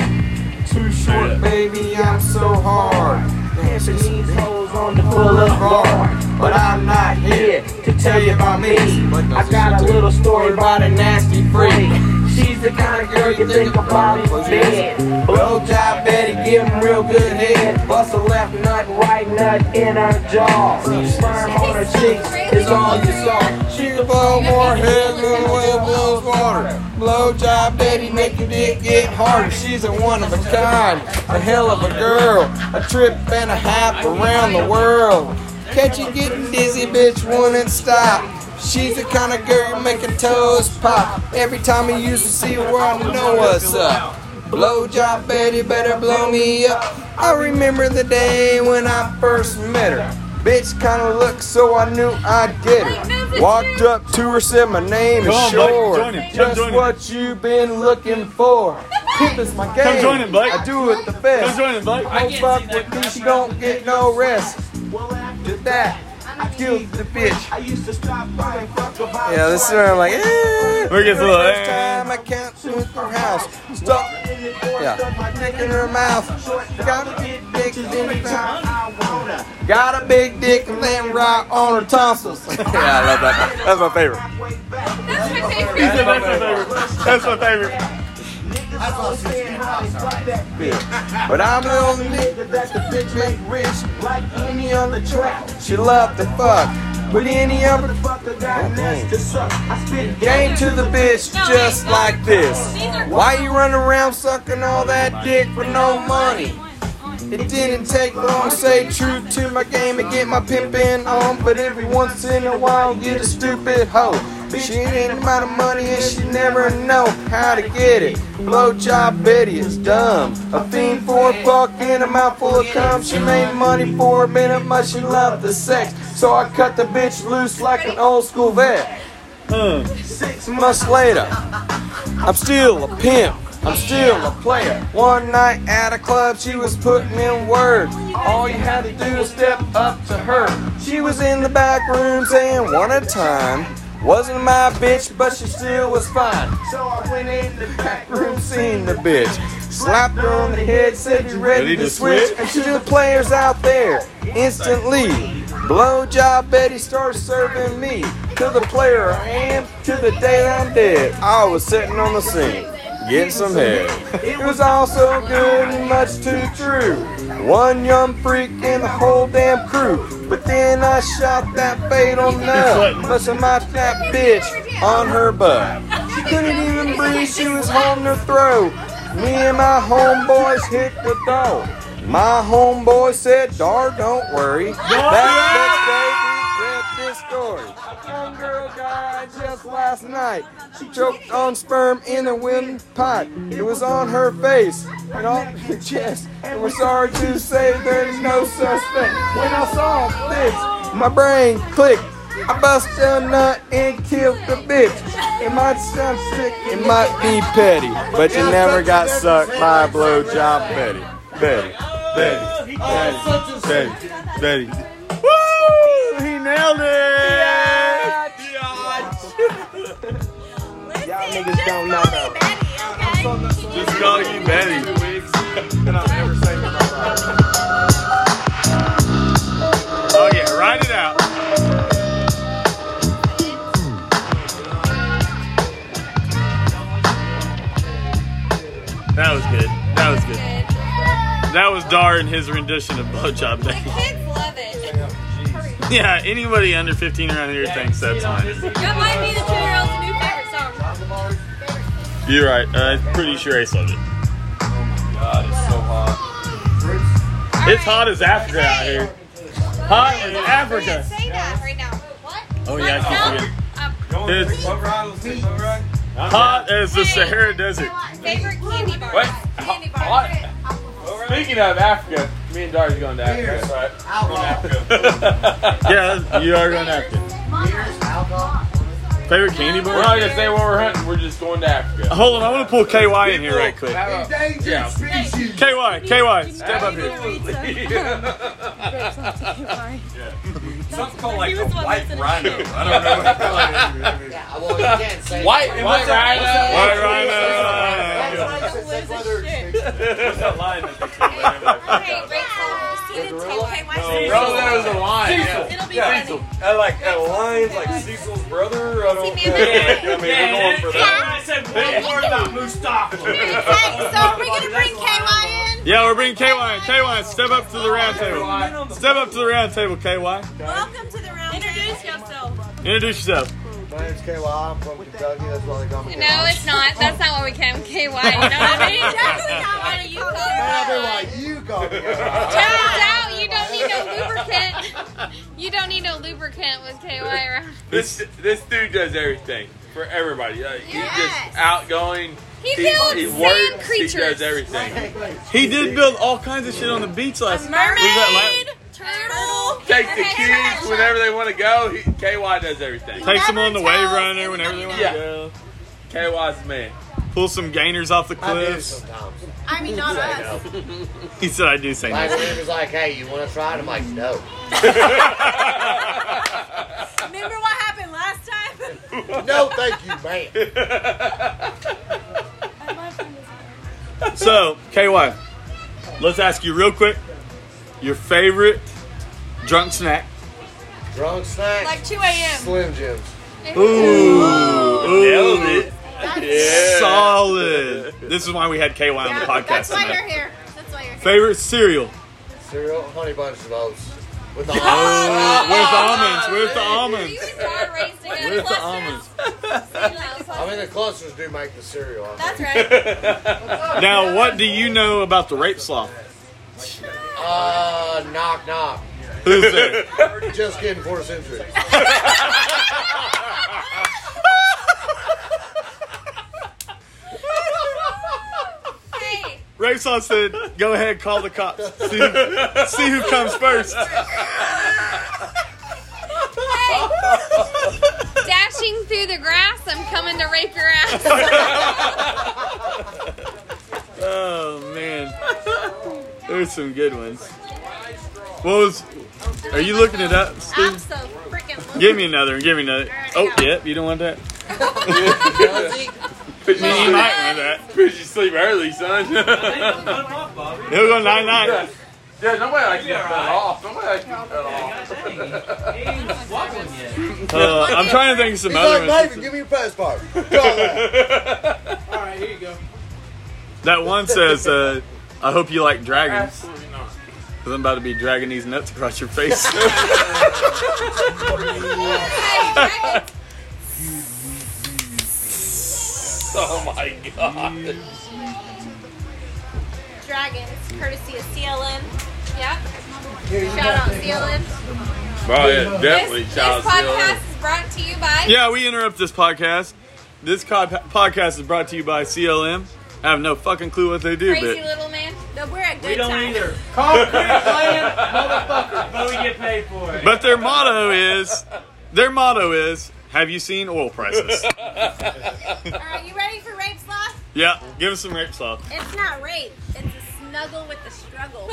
Speaker 8: Too short, baby, I'm so hard. Dancing these hoes on the boulevard. But I'm not here to tell you about me. I got a little story about a nasty freak. She's the kind of girl you think her body's dead. Blow job Betty, give him real good head. Bust a left nut, right nut in her jaw. Sperm on her cheeks is all you saw. She could blow more head than a whale blows water. Blow job Betty, make your dick get harder. She's a one of a kind, a hell of a girl. A trip and a half around the world. Catch you getting dizzy, bitch, wouldn't stop. She's the kind of girl making toes pop. Every time you used to see her, I know what's up. Blow job, Betty, better blow me up. I remember the day when I first met her. Bitch kinda looked so I knew I'd get her. Walked up to her, said my name
Speaker 2: Come
Speaker 8: is
Speaker 2: on, Blake,
Speaker 8: Short.
Speaker 2: join him, come
Speaker 8: Just
Speaker 2: join him.
Speaker 8: what you've been looking for. Pimp is my game.
Speaker 2: join him, Blake.
Speaker 8: I do it the
Speaker 2: Come
Speaker 8: best.
Speaker 2: join us, Blake.
Speaker 8: Don't fuck with me, she don't get no rest. Well, after that, I killed the bitch. I used to stop by and fuck about Yeah, this is where I'm like, eh.
Speaker 2: Where it gets a little,
Speaker 8: First
Speaker 2: eh.
Speaker 8: time I can't leave her house. Stop. Yeah. Dick in her mouth. Got a big dick anytime I wanna. Got a big dick and then right on her tonsils. *laughs* yeah, I love that.
Speaker 11: That's my favorite.
Speaker 5: That's my favorite.
Speaker 2: That's my favorite. That's my favorite.
Speaker 8: bitch. But I'm the only nigga that the bitch make rich, like any other track. She love to fuck, but any other fucker got nuts to suck. I spit game to the bitch just like this. Why you run around sucking all that dick for no money? It didn't take long, say true to my game and get my pimpin' on. But every once in a while, get a stupid hoe. She ain't amount of money and she never know how to get it. Blowjob Betty is dumb. A fiend for a buck and a mouthful of cum. She made money for a minute, but she loved the sex. So I cut the bitch loose like an old school vet. Six months later, I'm still a pimp. I'm still a player. One night at a club, she was putting in word. All you had to do was step up to her. She was in the back room saying one at a time. Wasn't my bitch, but she still was fine. So I went in the back room, seen the bitch. Slapped her on the head, said you ready to switch. And to the players out there, instantly. Blowjob Betty started serving me. To the player I am, to the day I'm dead. I was sitting on the scene, getting some head. It was all so good and much too true. One young freak and the whole damn crew. But then I shot that fatal nut. Must have matched that bitch on her butt. She couldn't even breathe, she was holding her throat. Me and my homeboys hit the door. My homeboy said, Dar, don't worry. That next day we read this story. Young girl died just last night. She choked on sperm in a windpipe. It was on her face and on *laughs* her chest. And we're sorry to say there's no suspect. When I saw this, my brain clicked. I busted a nut and killed the bitch. It might sound sick, it might be petty, but you never got sucked by a blowjob, Betty.
Speaker 11: Betty. Betty. Betty. Betty.
Speaker 2: Woo! He nailed it.
Speaker 8: Y'all niggas don't know that.
Speaker 2: Just call you Betty.
Speaker 11: And I'll never say
Speaker 2: Oh yeah, write it out. That was good. That was good. That was Dar and his rendition of Blowjob Betty.
Speaker 5: The kids love it.
Speaker 2: *laughs* Yeah, anybody under 15 around here thinks that's mine.
Speaker 6: That might be the two-year-old's new favorite song.
Speaker 2: You're right. Uh, pretty sure Ace loves it.
Speaker 7: God, it's so hot.
Speaker 2: It's hot as Africa out here. Hot as Africa.
Speaker 5: Say that right now. What?
Speaker 2: Oh yeah, I keep forgetting. It's
Speaker 7: Boat ride, let's take a boat ride.
Speaker 2: hot as the Sahara Desert.
Speaker 5: Favorite candy bar.
Speaker 7: What?
Speaker 5: Candy bar.
Speaker 7: Hot. Speaking of Africa, me and Dari's going to Africa. That's right.
Speaker 2: Yeah, you are going after. Favorite candy
Speaker 7: *laughs* We're not
Speaker 2: bar?
Speaker 7: going to say where we're hunting. We're just going to Africa.
Speaker 2: Hold on, I want to pull KY in here right quick.
Speaker 7: Have a-
Speaker 11: Endangered species.
Speaker 2: KY, KY, step up here.
Speaker 3: Something called like
Speaker 6: He
Speaker 3: a
Speaker 6: was the one
Speaker 3: white
Speaker 6: listening.
Speaker 3: rhino. I
Speaker 12: Yeah, well, you can't say
Speaker 7: White and white rhino.
Speaker 2: White rhino.
Speaker 12: That's not even said whether it's
Speaker 3: don't know that line that they told everybody.
Speaker 5: Okay, wait, so you see the tape? Okay,
Speaker 7: Bro, there was a line.
Speaker 3: Cecil.
Speaker 7: Yeah.
Speaker 6: It'll be
Speaker 3: Yeah.
Speaker 6: funny.
Speaker 3: I like that line's like Cecil's brother. I don't.
Speaker 5: See,
Speaker 3: Yeah,
Speaker 5: man,
Speaker 3: I mean, we're going for that.
Speaker 5: so are we gonna bring KY in?
Speaker 2: Yeah, we're bringing KY in. KY, step up to the round table. Step up to the round table, KY.
Speaker 4: Welcome to the round table.
Speaker 6: Introduce yourself.
Speaker 2: Introduce yourself.
Speaker 12: My name's KY. I'm from Kentucky. That's why they call me KY.
Speaker 5: No, it's not. That's not what we came. KY. You know what I mean? That's not what you call
Speaker 12: I've
Speaker 5: it.
Speaker 12: been like, you call me KY.
Speaker 5: Turns out you don't need no lubricant. You don't need no lubricant with KY around.
Speaker 7: This this dude does everything for everybody. Like, He's
Speaker 5: Yes.
Speaker 7: just outgoing.
Speaker 5: He builds
Speaker 7: he
Speaker 5: sand
Speaker 7: works. He does
Speaker 5: creatures.
Speaker 7: everything.
Speaker 2: He did build all kinds of shit on the beach last
Speaker 6: Mermaid.
Speaker 5: Turtle.
Speaker 7: Take the
Speaker 5: Okay,
Speaker 7: kids whenever they want to go. He, KY does everything.
Speaker 2: Takes them
Speaker 5: Never
Speaker 2: on the wave
Speaker 5: tells
Speaker 2: runner whenever they want to
Speaker 7: Yeah.
Speaker 2: go.
Speaker 7: KY's the man.
Speaker 2: Pull some gainers off the
Speaker 12: I do
Speaker 2: cliffs.
Speaker 12: sometimes.
Speaker 4: I mean, not us.
Speaker 2: He said, I do say
Speaker 12: Like,
Speaker 2: that.
Speaker 12: when was like, hey, you want to try it? I'm like, no.
Speaker 4: Remember what happened last time?
Speaker 12: No, thank you, man.
Speaker 2: So, KY, let's ask you real quick your favorite drunk snack.
Speaker 12: Drunk snacks.
Speaker 6: Like 2 a.m.
Speaker 12: Slim Jims.
Speaker 2: Ooh,
Speaker 7: Nailed it.
Speaker 2: solid. This is why we had KY on the podcast
Speaker 4: That's why you're
Speaker 2: tonight.
Speaker 4: here. That's why you're here.
Speaker 2: Favorite cereal?
Speaker 12: Cereal. Honey Bunches of Oats.
Speaker 2: *laughs*
Speaker 12: With the
Speaker 2: Oh, with almonds. With
Speaker 5: You
Speaker 2: almonds.
Speaker 5: were raised to go to
Speaker 2: With the
Speaker 5: clusters.
Speaker 2: almonds.
Speaker 12: I mean, the clusters do make the cereal. I think.
Speaker 4: That's right.
Speaker 2: Now, what do you know about the rape sloth?
Speaker 12: Uh, knock, knock.
Speaker 2: Who's there?
Speaker 12: Just getting four centuries.
Speaker 5: *laughs* Hey,
Speaker 2: Rape sloth said, "Go ahead, call the cops. See who, see who comes first.
Speaker 5: dashing through the grass, I'm coming to rape your ass.
Speaker 2: Oh man, there's some good ones. What was? Are you looking it up?
Speaker 4: I'm
Speaker 2: Steve?
Speaker 4: so
Speaker 5: *laughs*
Speaker 4: freaking
Speaker 2: Give me another. Give me another. Oh, yep. You don't want that. *laughs*
Speaker 7: Put
Speaker 2: You might
Speaker 7: you,
Speaker 2: want that. *laughs*
Speaker 7: put you to sleep early, son.
Speaker 2: *laughs*
Speaker 7: yeah,
Speaker 2: He'll go nine nine.
Speaker 7: nobody likes to get cut off. Nobody likes to get cut off. *laughs*
Speaker 2: Uh, I'm trying to think of some
Speaker 12: He's
Speaker 2: other
Speaker 12: like,
Speaker 2: ones.
Speaker 12: baby, give me your passport. Go
Speaker 2: *laughs* That one says, uh, "I hope you like dragons."
Speaker 7: Absolutely not.
Speaker 2: Cause I'm about to be dragging these nuts across your face. *laughs*
Speaker 7: Oh my god.
Speaker 4: dragon. It's courtesy of CLN.
Speaker 5: Yep.
Speaker 4: Shout out
Speaker 2: Oh,
Speaker 4: CLN.
Speaker 7: Bro, yeah, definitely
Speaker 5: This, this
Speaker 7: child stealing.
Speaker 5: podcast is brought to you by.
Speaker 2: yeah, we interrupt this podcast. This co- podcast is brought to you by CLM. I have no fucking clue what they do,
Speaker 5: Crazy
Speaker 2: but
Speaker 5: little man.
Speaker 4: No, we're a good time.
Speaker 11: But we get paid for it.
Speaker 2: but their motto is their motto is Have you seen oil *laughs* prices?
Speaker 4: All right, you ready for rape sloth?
Speaker 2: yeah, give us some rape *laughs* sloth.
Speaker 4: It's not rape. It's a snuggle with the *laughs* struggle.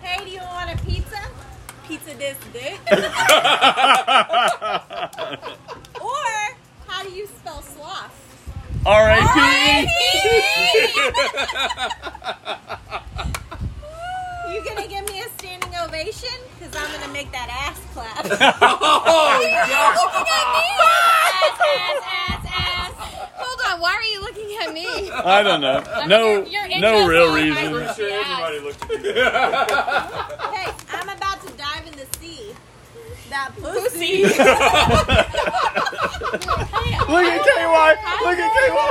Speaker 4: hey, do you want a pizza? Pizza this *laughs* dick. or how do you spell *laughs* sloth?
Speaker 2: R A P. E?
Speaker 4: You gonna give me a standing ovation? Cause I'm gonna make that ass clap. oh god!
Speaker 5: Ass,
Speaker 4: *laughs*
Speaker 5: ass, ass. Hold on. Why are you looking at
Speaker 2: *laughs*
Speaker 5: me?
Speaker 2: I don't know. No,
Speaker 5: Your- your
Speaker 2: no
Speaker 5: intro's
Speaker 2: real
Speaker 5: all about
Speaker 2: reason.
Speaker 5: your ass.
Speaker 4: Hey, I'm about that *laughs* pussy.
Speaker 2: Look at KY. Look at KY.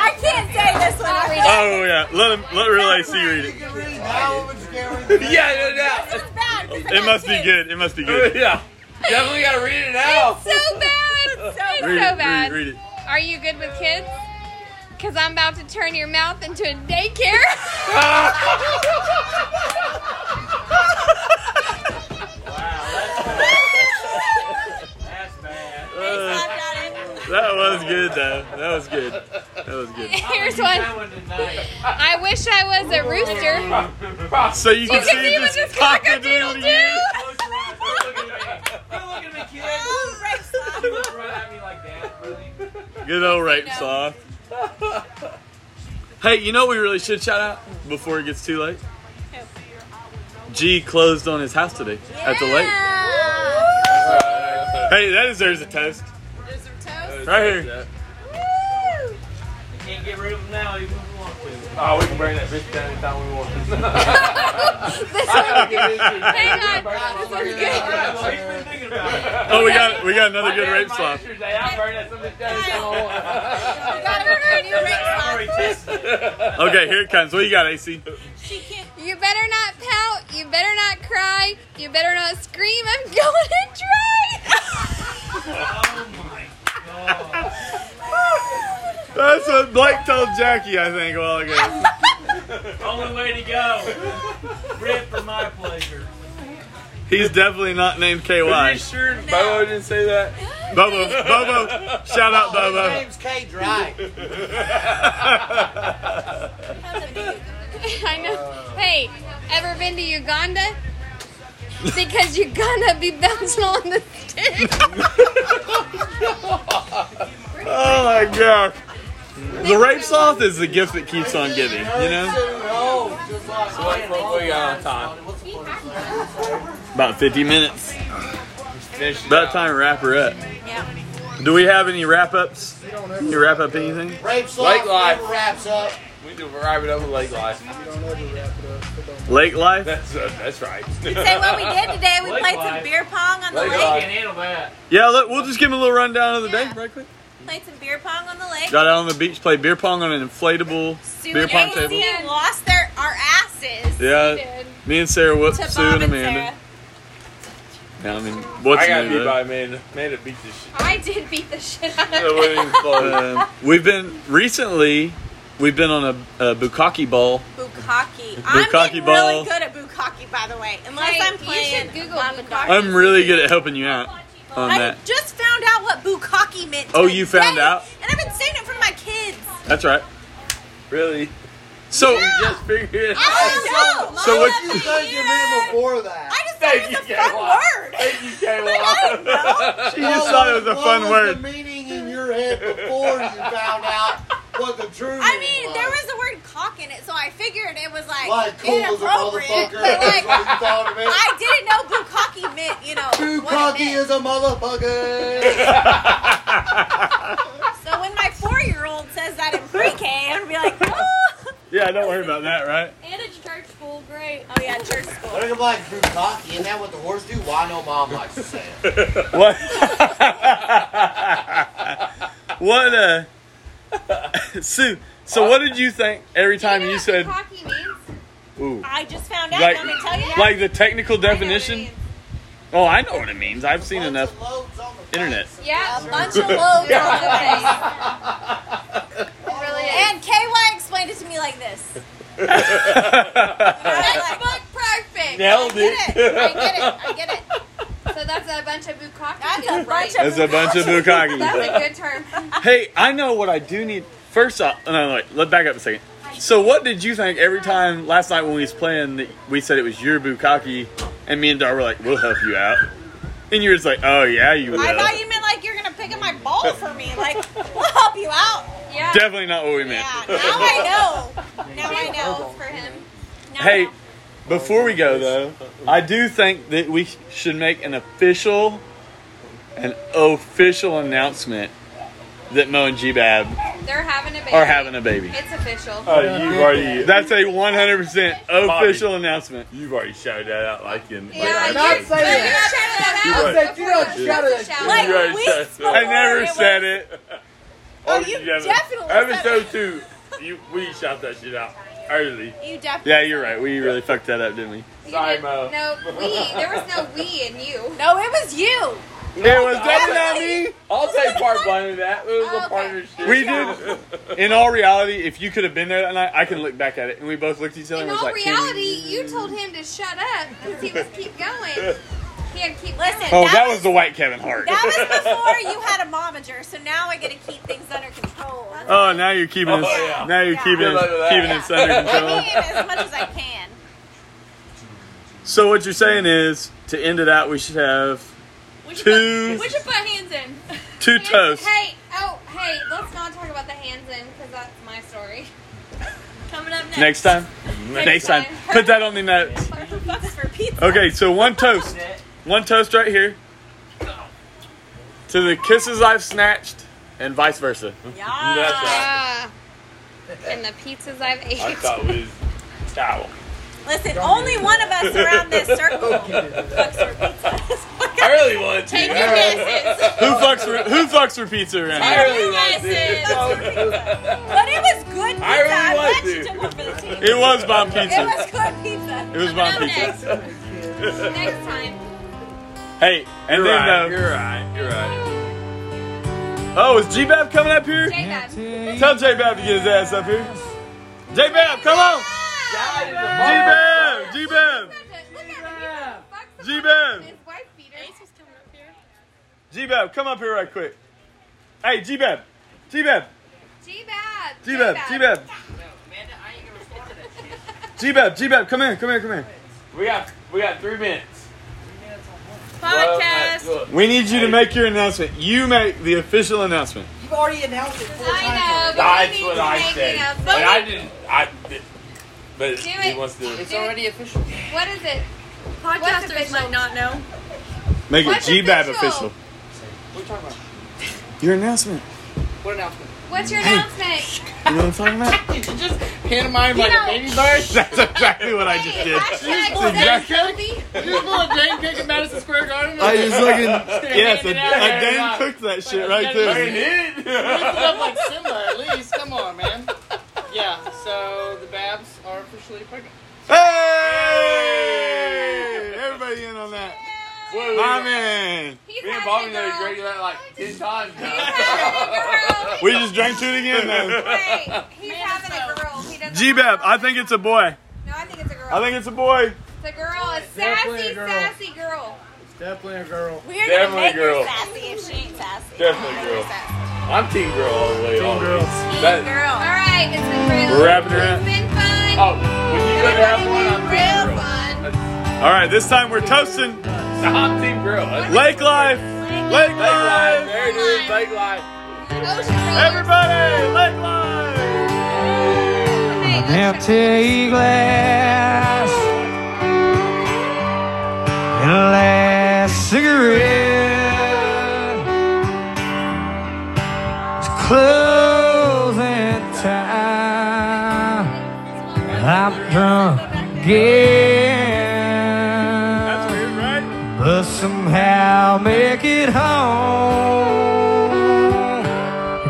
Speaker 4: I can't say this one.
Speaker 2: Oh yeah, let him let Relay C read it.
Speaker 7: yeah, no doubt.
Speaker 2: It must be good. It must be *laughs* good.
Speaker 7: *laughs* yeah, definitely gotta read it now.
Speaker 5: So bad. It's
Speaker 2: Read
Speaker 5: so
Speaker 2: it,
Speaker 5: bad.
Speaker 2: Read, read it.
Speaker 5: Are you good with kids? Because I'm about to turn your mouth into a daycare.
Speaker 11: That's bad.
Speaker 2: Uh, that was good though. That was good. That was good.
Speaker 5: Here's one. I wish I was a rooster.
Speaker 2: So you can
Speaker 5: You
Speaker 2: see
Speaker 5: can see what
Speaker 2: this
Speaker 5: this
Speaker 2: cockadoodle
Speaker 5: cock-a-doodle-doo.
Speaker 2: you. Good old rape sloth. *laughs* Hey, you know what we really should shout out before it gets too late? G closed on his house today at the lake. Hey, that deserves a toast. Right here.
Speaker 11: Can't get rid of them now, even if we want to.
Speaker 7: Oh, we can bring that bitch down anytime *laughs* we want.
Speaker 5: Hang on.
Speaker 11: Well, he's been thinking about it.
Speaker 2: Oh, we got we got another good rape sloth.
Speaker 7: Tuesday, I burn that some bitch down anytime I want. *laughs*
Speaker 11: I already tested it.
Speaker 2: Okay, here it comes. What you got, AC?
Speaker 5: You better not pout. You better not cry. You better not scream. I'm going to *laughs* try.
Speaker 11: Oh my god.
Speaker 2: That's what Blake told Jackie, I think, a while ago.
Speaker 11: Only way to go. Rip for my pleasure.
Speaker 2: He's definitely not named KY.
Speaker 7: Are you sure Bobo didn't say that?
Speaker 2: Bobo, Bobo, shout out Bobo.
Speaker 12: name's K. Dry.
Speaker 5: *laughs* I know. Hey, ever been to Uganda? Because Uganda be bouncing on the stick.
Speaker 2: Oh my god. The rape sloth is the gift that keeps on giving, you know?
Speaker 7: So what what we got on time?
Speaker 2: About 50 minutes.
Speaker 7: Finish it
Speaker 2: About
Speaker 7: out.
Speaker 2: time to wrap her up. Do we have any wrap ups? You wrap up anything?
Speaker 12: Rape
Speaker 7: Lake
Speaker 12: sloth
Speaker 7: life.
Speaker 12: never wraps up.
Speaker 7: We do wrap it up with late life.
Speaker 2: Lake life?
Speaker 7: That's uh, that's *laughs* right.
Speaker 4: Say what we did today. We
Speaker 11: Lake
Speaker 4: played some
Speaker 11: life.
Speaker 4: beer pong on the
Speaker 7: Lake
Speaker 4: lake.
Speaker 7: life.
Speaker 11: Can't handle that.
Speaker 2: Yeah, look, we'll just give him a little rundown of the day, right quick.
Speaker 4: Played some beer pong on the lake.
Speaker 2: Got out on the beach, played beer pong on an inflatable beer pong
Speaker 4: AC
Speaker 2: table.
Speaker 4: lost their our asses.
Speaker 2: Yeah, me and Sarah whooped
Speaker 4: To
Speaker 2: Sue
Speaker 4: Bob
Speaker 2: and
Speaker 4: and
Speaker 2: Amanda. Yeah, I mean,
Speaker 7: I
Speaker 2: what's
Speaker 7: gotta
Speaker 2: new?
Speaker 7: beat
Speaker 2: though?
Speaker 7: by Amanda. Amanda beat this shit.
Speaker 5: I *laughs* did beat the shit out
Speaker 7: It
Speaker 2: *laughs*
Speaker 5: of
Speaker 7: wasn't even close.
Speaker 2: Um, we've been recently. We've been on a, a bukkake ball.
Speaker 4: Bukaki. I'm
Speaker 2: Bukkake
Speaker 4: getting
Speaker 2: ball.
Speaker 4: really good at Bukaki, by the way. Unless
Speaker 5: Hey,
Speaker 4: I'm
Speaker 5: you
Speaker 4: playing.
Speaker 5: should Google
Speaker 4: Mama
Speaker 5: Bukkake.
Speaker 4: Cocker.
Speaker 2: I'm really good at helping you out on
Speaker 4: I
Speaker 2: that.
Speaker 4: just found out what Bukaki meant.
Speaker 2: Oh,
Speaker 4: today,
Speaker 2: you found out?
Speaker 4: And I've been saying it for my
Speaker 2: *laughs*
Speaker 4: kids.
Speaker 2: That's right.
Speaker 7: Really?
Speaker 2: So
Speaker 7: Just figure it out.
Speaker 4: I don't know.
Speaker 2: So what-
Speaker 4: Love
Speaker 12: You
Speaker 4: it.
Speaker 12: think you've been before that?
Speaker 4: I just thought it was
Speaker 7: Thank you,
Speaker 4: a fun
Speaker 7: Kayla.
Speaker 4: word.
Speaker 7: Thank you, Kayla.
Speaker 2: she just thought it was a
Speaker 12: what
Speaker 2: fun
Speaker 12: was
Speaker 2: word.
Speaker 12: the meaning in your head before you found out what the true
Speaker 4: I
Speaker 12: meaning
Speaker 4: mean, there was the word cock in it, so I figured it was like,
Speaker 12: Like, cool as a
Speaker 4: inappropriate.
Speaker 12: motherfucker.
Speaker 4: *laughs* But
Speaker 12: That's what
Speaker 4: like,
Speaker 12: you thought of it.
Speaker 4: I didn't know Bukaki meant, you know.
Speaker 12: Too
Speaker 4: what it
Speaker 12: cocky
Speaker 4: meant.
Speaker 12: as a motherfucker.
Speaker 4: So when my four-year-old says that in pre-K, I'm gonna be like, oh,
Speaker 2: Yeah, don't worry about that, right?
Speaker 5: And it's church school, great.
Speaker 4: oh yeah, church school.
Speaker 12: Look at like too cocky. Isn't that what the horse do? Why no mom likes to say it?
Speaker 2: What? *laughs* what? Uh, Sue. So what did you think every time you said
Speaker 5: Hockey means?
Speaker 2: ooh?
Speaker 4: I just found out.
Speaker 2: Like-
Speaker 4: I'm gonna tell you.
Speaker 2: Like the technical
Speaker 4: I know what it
Speaker 2: definition?
Speaker 4: means.
Speaker 2: Oh, I know what it means. I've seen
Speaker 12: Bunch
Speaker 2: enough
Speaker 12: of loads on the
Speaker 2: internet.
Speaker 5: Yeah.
Speaker 4: A bunch
Speaker 2: *laughs*
Speaker 4: of
Speaker 5: Oh,
Speaker 4: loads on the face.
Speaker 5: Really is.
Speaker 4: *laughs* And KY explained it to me like
Speaker 2: *laughs*
Speaker 4: this. I was like,
Speaker 5: Fuck perfect.
Speaker 7: Nailed
Speaker 4: I get
Speaker 7: it.
Speaker 4: it. I get it. I get it.
Speaker 5: So that's a bunch of bukkake.
Speaker 4: That's a bunch of.
Speaker 2: That's a bunch of
Speaker 5: That's
Speaker 2: bukkake.
Speaker 5: a good term.
Speaker 2: hey, I know what I do need. First off, no, no, wait, let back up a second. So, what did you think every time last night when we was playing that we said it was your bukkake, and me and Dar were like, "We'll help you out," and you were just like, "Oh yeah, you will."
Speaker 4: I thought you meant like you're gonna pick up my ball for me. Like we'll help you out.
Speaker 5: Yeah.
Speaker 2: Definitely not what we meant.
Speaker 4: Yeah. Now I know. Now I know for him. Now I
Speaker 2: Hey,
Speaker 4: know.
Speaker 2: before we go though, I do think that we sh- should make an official, an official announcement that Mo and G Bab
Speaker 5: They're having
Speaker 2: *laughs*
Speaker 5: a baby.
Speaker 2: Are having a baby. Oh,
Speaker 5: It's official.
Speaker 3: you've already.
Speaker 2: That's a 100%
Speaker 3: Bobby.
Speaker 2: official announcement.
Speaker 3: You've already shouted that out like in.
Speaker 5: Yeah, you're,
Speaker 3: like,
Speaker 13: not saying
Speaker 5: you're
Speaker 13: that.
Speaker 5: shouting that
Speaker 3: You
Speaker 5: out
Speaker 3: are-
Speaker 13: I said you don't
Speaker 5: before
Speaker 13: shout
Speaker 5: you
Speaker 13: it.
Speaker 5: shout
Speaker 4: Like,
Speaker 3: you already
Speaker 4: we
Speaker 3: shouted that
Speaker 2: I
Speaker 3: out.
Speaker 4: spoke-
Speaker 2: never
Speaker 4: it was-
Speaker 2: said it.
Speaker 4: Oh,
Speaker 3: All
Speaker 4: you
Speaker 3: together.
Speaker 4: definitely
Speaker 3: Episode
Speaker 4: said
Speaker 3: two, you we shout that shit out early.
Speaker 4: You definitely.
Speaker 2: Yeah, you're right. We really fucked that up, didn't we?
Speaker 5: You
Speaker 3: Sorry,
Speaker 5: did-
Speaker 3: Mo.
Speaker 5: No, we. There was no we in you.
Speaker 4: No, it was you.
Speaker 2: It was definitely
Speaker 3: I'll take part blame in that. It was
Speaker 5: Oh, Okay.
Speaker 3: a partnership.
Speaker 2: not me. We did. In all reality, if you could have been there that night, I can look back at it, and we both looked at each other
Speaker 5: In
Speaker 2: and was
Speaker 5: all
Speaker 2: like, "Can
Speaker 5: reality, you told him to shut up because he was keep going. He had to keep
Speaker 4: Listen.
Speaker 5: listening.
Speaker 2: Oh,
Speaker 4: That
Speaker 2: that
Speaker 4: was-
Speaker 2: was the white Kevin Hart.
Speaker 4: That was before you had a momager, so now I gotta keep things under control.
Speaker 2: Oh, now you're keeping
Speaker 3: Oh,
Speaker 2: us.
Speaker 3: yeah.
Speaker 2: Now you're
Speaker 4: Yeah.
Speaker 2: keeping
Speaker 3: Good luck
Speaker 2: us,
Speaker 3: with that.
Speaker 2: keeping us under
Speaker 4: I
Speaker 2: control.
Speaker 4: mean, as much as I can.
Speaker 2: *laughs* So what you're saying is, to end it out, we should have
Speaker 14: We should
Speaker 2: Two-
Speaker 14: put- We should put hands in.
Speaker 2: two
Speaker 5: Hands-
Speaker 2: toasts.
Speaker 5: Hey, oh, hey, let's not talk about the hands in because that's my story.
Speaker 14: Coming up next.
Speaker 2: Next time.
Speaker 5: Next
Speaker 2: Next time.
Speaker 5: time.
Speaker 2: Put that on the notes.
Speaker 4: Fucks for pizza.
Speaker 2: Okay, so one toast. One toast right here. To the kisses I've snatched, and vice versa.
Speaker 3: That's right.
Speaker 5: Ah. and the pizzas I've ate.
Speaker 3: I thought
Speaker 5: *laughs*
Speaker 3: we was towel.
Speaker 4: Listen, only one of us around
Speaker 3: *laughs*
Speaker 4: this circle fucks for pizza. *laughs*
Speaker 3: I really want to.
Speaker 14: Take your guesses.
Speaker 2: Who fucks for Who fucks for pizza around
Speaker 3: I
Speaker 2: here?
Speaker 3: really want
Speaker 14: Guesses.
Speaker 4: But it was good pizza.
Speaker 3: I really
Speaker 4: I'm
Speaker 3: want
Speaker 4: glad you
Speaker 3: to.
Speaker 4: took one for the team.
Speaker 2: It was bomb
Speaker 4: It
Speaker 2: pizza.
Speaker 4: was good pizza.
Speaker 2: It was bomb pizza.
Speaker 5: Next time.
Speaker 2: Hey, and
Speaker 3: You're
Speaker 2: then uh,
Speaker 3: right.
Speaker 2: though,
Speaker 3: You're right. You're right.
Speaker 2: oh, is G Bab coming up here?
Speaker 5: J-Bab.
Speaker 2: Tell J Bab to get his ass up here. J Bab, come on! G Bab, G Bab,
Speaker 5: G
Speaker 2: G-Bab.
Speaker 5: His wife beater.
Speaker 14: was coming up here.
Speaker 2: G Bab, come up here right quick. Hey, G Bab, G Bab,
Speaker 5: G-Bab.
Speaker 2: G Bab, G Bab, G Bab, G Bab, come here, come here, come here.
Speaker 3: We got we got three minutes. Well,
Speaker 14: Podcast.
Speaker 3: look,
Speaker 2: We need you to make your announcement. You make the official announcement.
Speaker 7: You've already announced it four
Speaker 5: I know.
Speaker 7: times.
Speaker 5: but
Speaker 3: That's
Speaker 5: we need
Speaker 3: what
Speaker 5: to
Speaker 3: I
Speaker 5: make the
Speaker 3: said.
Speaker 5: announcement.
Speaker 3: But I didn't. I did. But
Speaker 5: Do
Speaker 3: he
Speaker 5: it.
Speaker 3: wants to.
Speaker 7: It's already official.
Speaker 5: What is it? What's
Speaker 14: Podcasters
Speaker 5: official?
Speaker 14: might not know.
Speaker 2: Make it
Speaker 5: What's
Speaker 2: G Bab
Speaker 5: official?
Speaker 2: official.
Speaker 7: What are you talking about?
Speaker 2: Your announcement.
Speaker 11: *laughs*
Speaker 7: What announcement?
Speaker 5: What's your announcement?
Speaker 2: You know what I'm talking about?
Speaker 7: You just pantomime like
Speaker 5: know-
Speaker 7: a baby bird. *laughs*
Speaker 2: That's exactly what *laughs* I just did.
Speaker 5: Hashtag
Speaker 2: That's exactly-
Speaker 7: You just pull a dang kick at Madison Square Garden.
Speaker 2: I
Speaker 11: *laughs*
Speaker 2: just fucking yes,
Speaker 7: Hand
Speaker 2: I,
Speaker 7: it out.
Speaker 2: I damn cooked that shit right
Speaker 3: I
Speaker 2: there.
Speaker 3: did.
Speaker 7: Put up like Simba at least. Come on, man. Yeah, so the Babs are officially pregnant.
Speaker 2: Hey, everybody in on that.
Speaker 3: Whoa,
Speaker 2: I'm in.
Speaker 5: He's
Speaker 3: Me and
Speaker 5: having
Speaker 3: Bobby
Speaker 5: a
Speaker 3: know
Speaker 5: girl.
Speaker 3: drank that like ten times
Speaker 5: He's
Speaker 3: now.
Speaker 5: having a girl.
Speaker 2: We
Speaker 3: *laughs*
Speaker 2: just drank to it again, though. *laughs*
Speaker 5: Wait, he's
Speaker 14: *laughs*
Speaker 5: having a girl. He doesn't.
Speaker 2: G Bab, I think it's a boy.
Speaker 5: No, I think it's a girl.
Speaker 2: I think it's a boy.
Speaker 5: it's a girl. A
Speaker 13: Definitely
Speaker 5: sassy,
Speaker 13: a girl.
Speaker 5: sassy girl.
Speaker 13: Definitely a girl.
Speaker 4: We're
Speaker 3: Definitely
Speaker 4: gonna make
Speaker 3: girl.
Speaker 4: her sassy if she ain't sassy.
Speaker 3: Definitely
Speaker 4: Make her
Speaker 3: girl.
Speaker 4: sassy.
Speaker 3: I'm team girl all the way. Team girl. That,
Speaker 5: All
Speaker 3: *laughs*
Speaker 4: Girl.
Speaker 5: right, it's been great.
Speaker 2: We're wrapping it up.
Speaker 5: It's been fun.
Speaker 3: oh, when you go to have one, I'm team
Speaker 5: real
Speaker 3: girl.
Speaker 5: fun.
Speaker 2: All right, this time we're toasting
Speaker 3: I'm team girl. That's-
Speaker 2: Lake Life. Lake
Speaker 3: Lake life.
Speaker 2: Life.
Speaker 3: There it is. Lake life.
Speaker 5: Ocean rollers.
Speaker 2: Everybody, Lake Life.
Speaker 5: Hey,
Speaker 8: an empty glass and a last cigarette. It's closing time. and I'm drunk
Speaker 2: That's
Speaker 8: again,
Speaker 2: weird, right?
Speaker 8: but somehow make it home.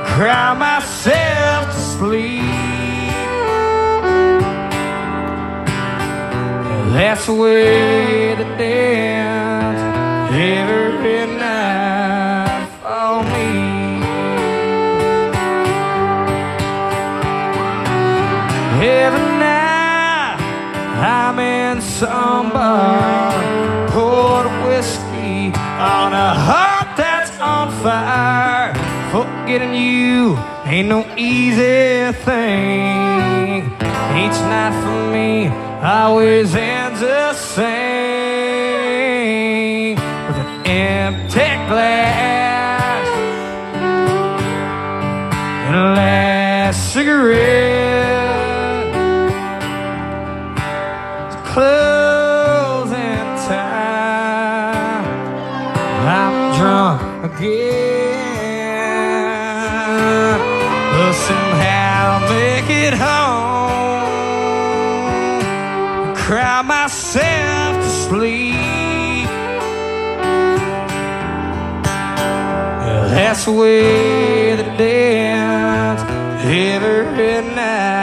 Speaker 8: Cry myself to sleep. That's the way to dance every night for me. Every night I'm in some bar, poured whiskey on a heart that's on fire. Forgetting you ain't no easy thing. Each night for me always ends the same with an empty glass and a last cigarette closing time. I'm drunk again. Plus cry myself to sleep. That's the way that dance every night.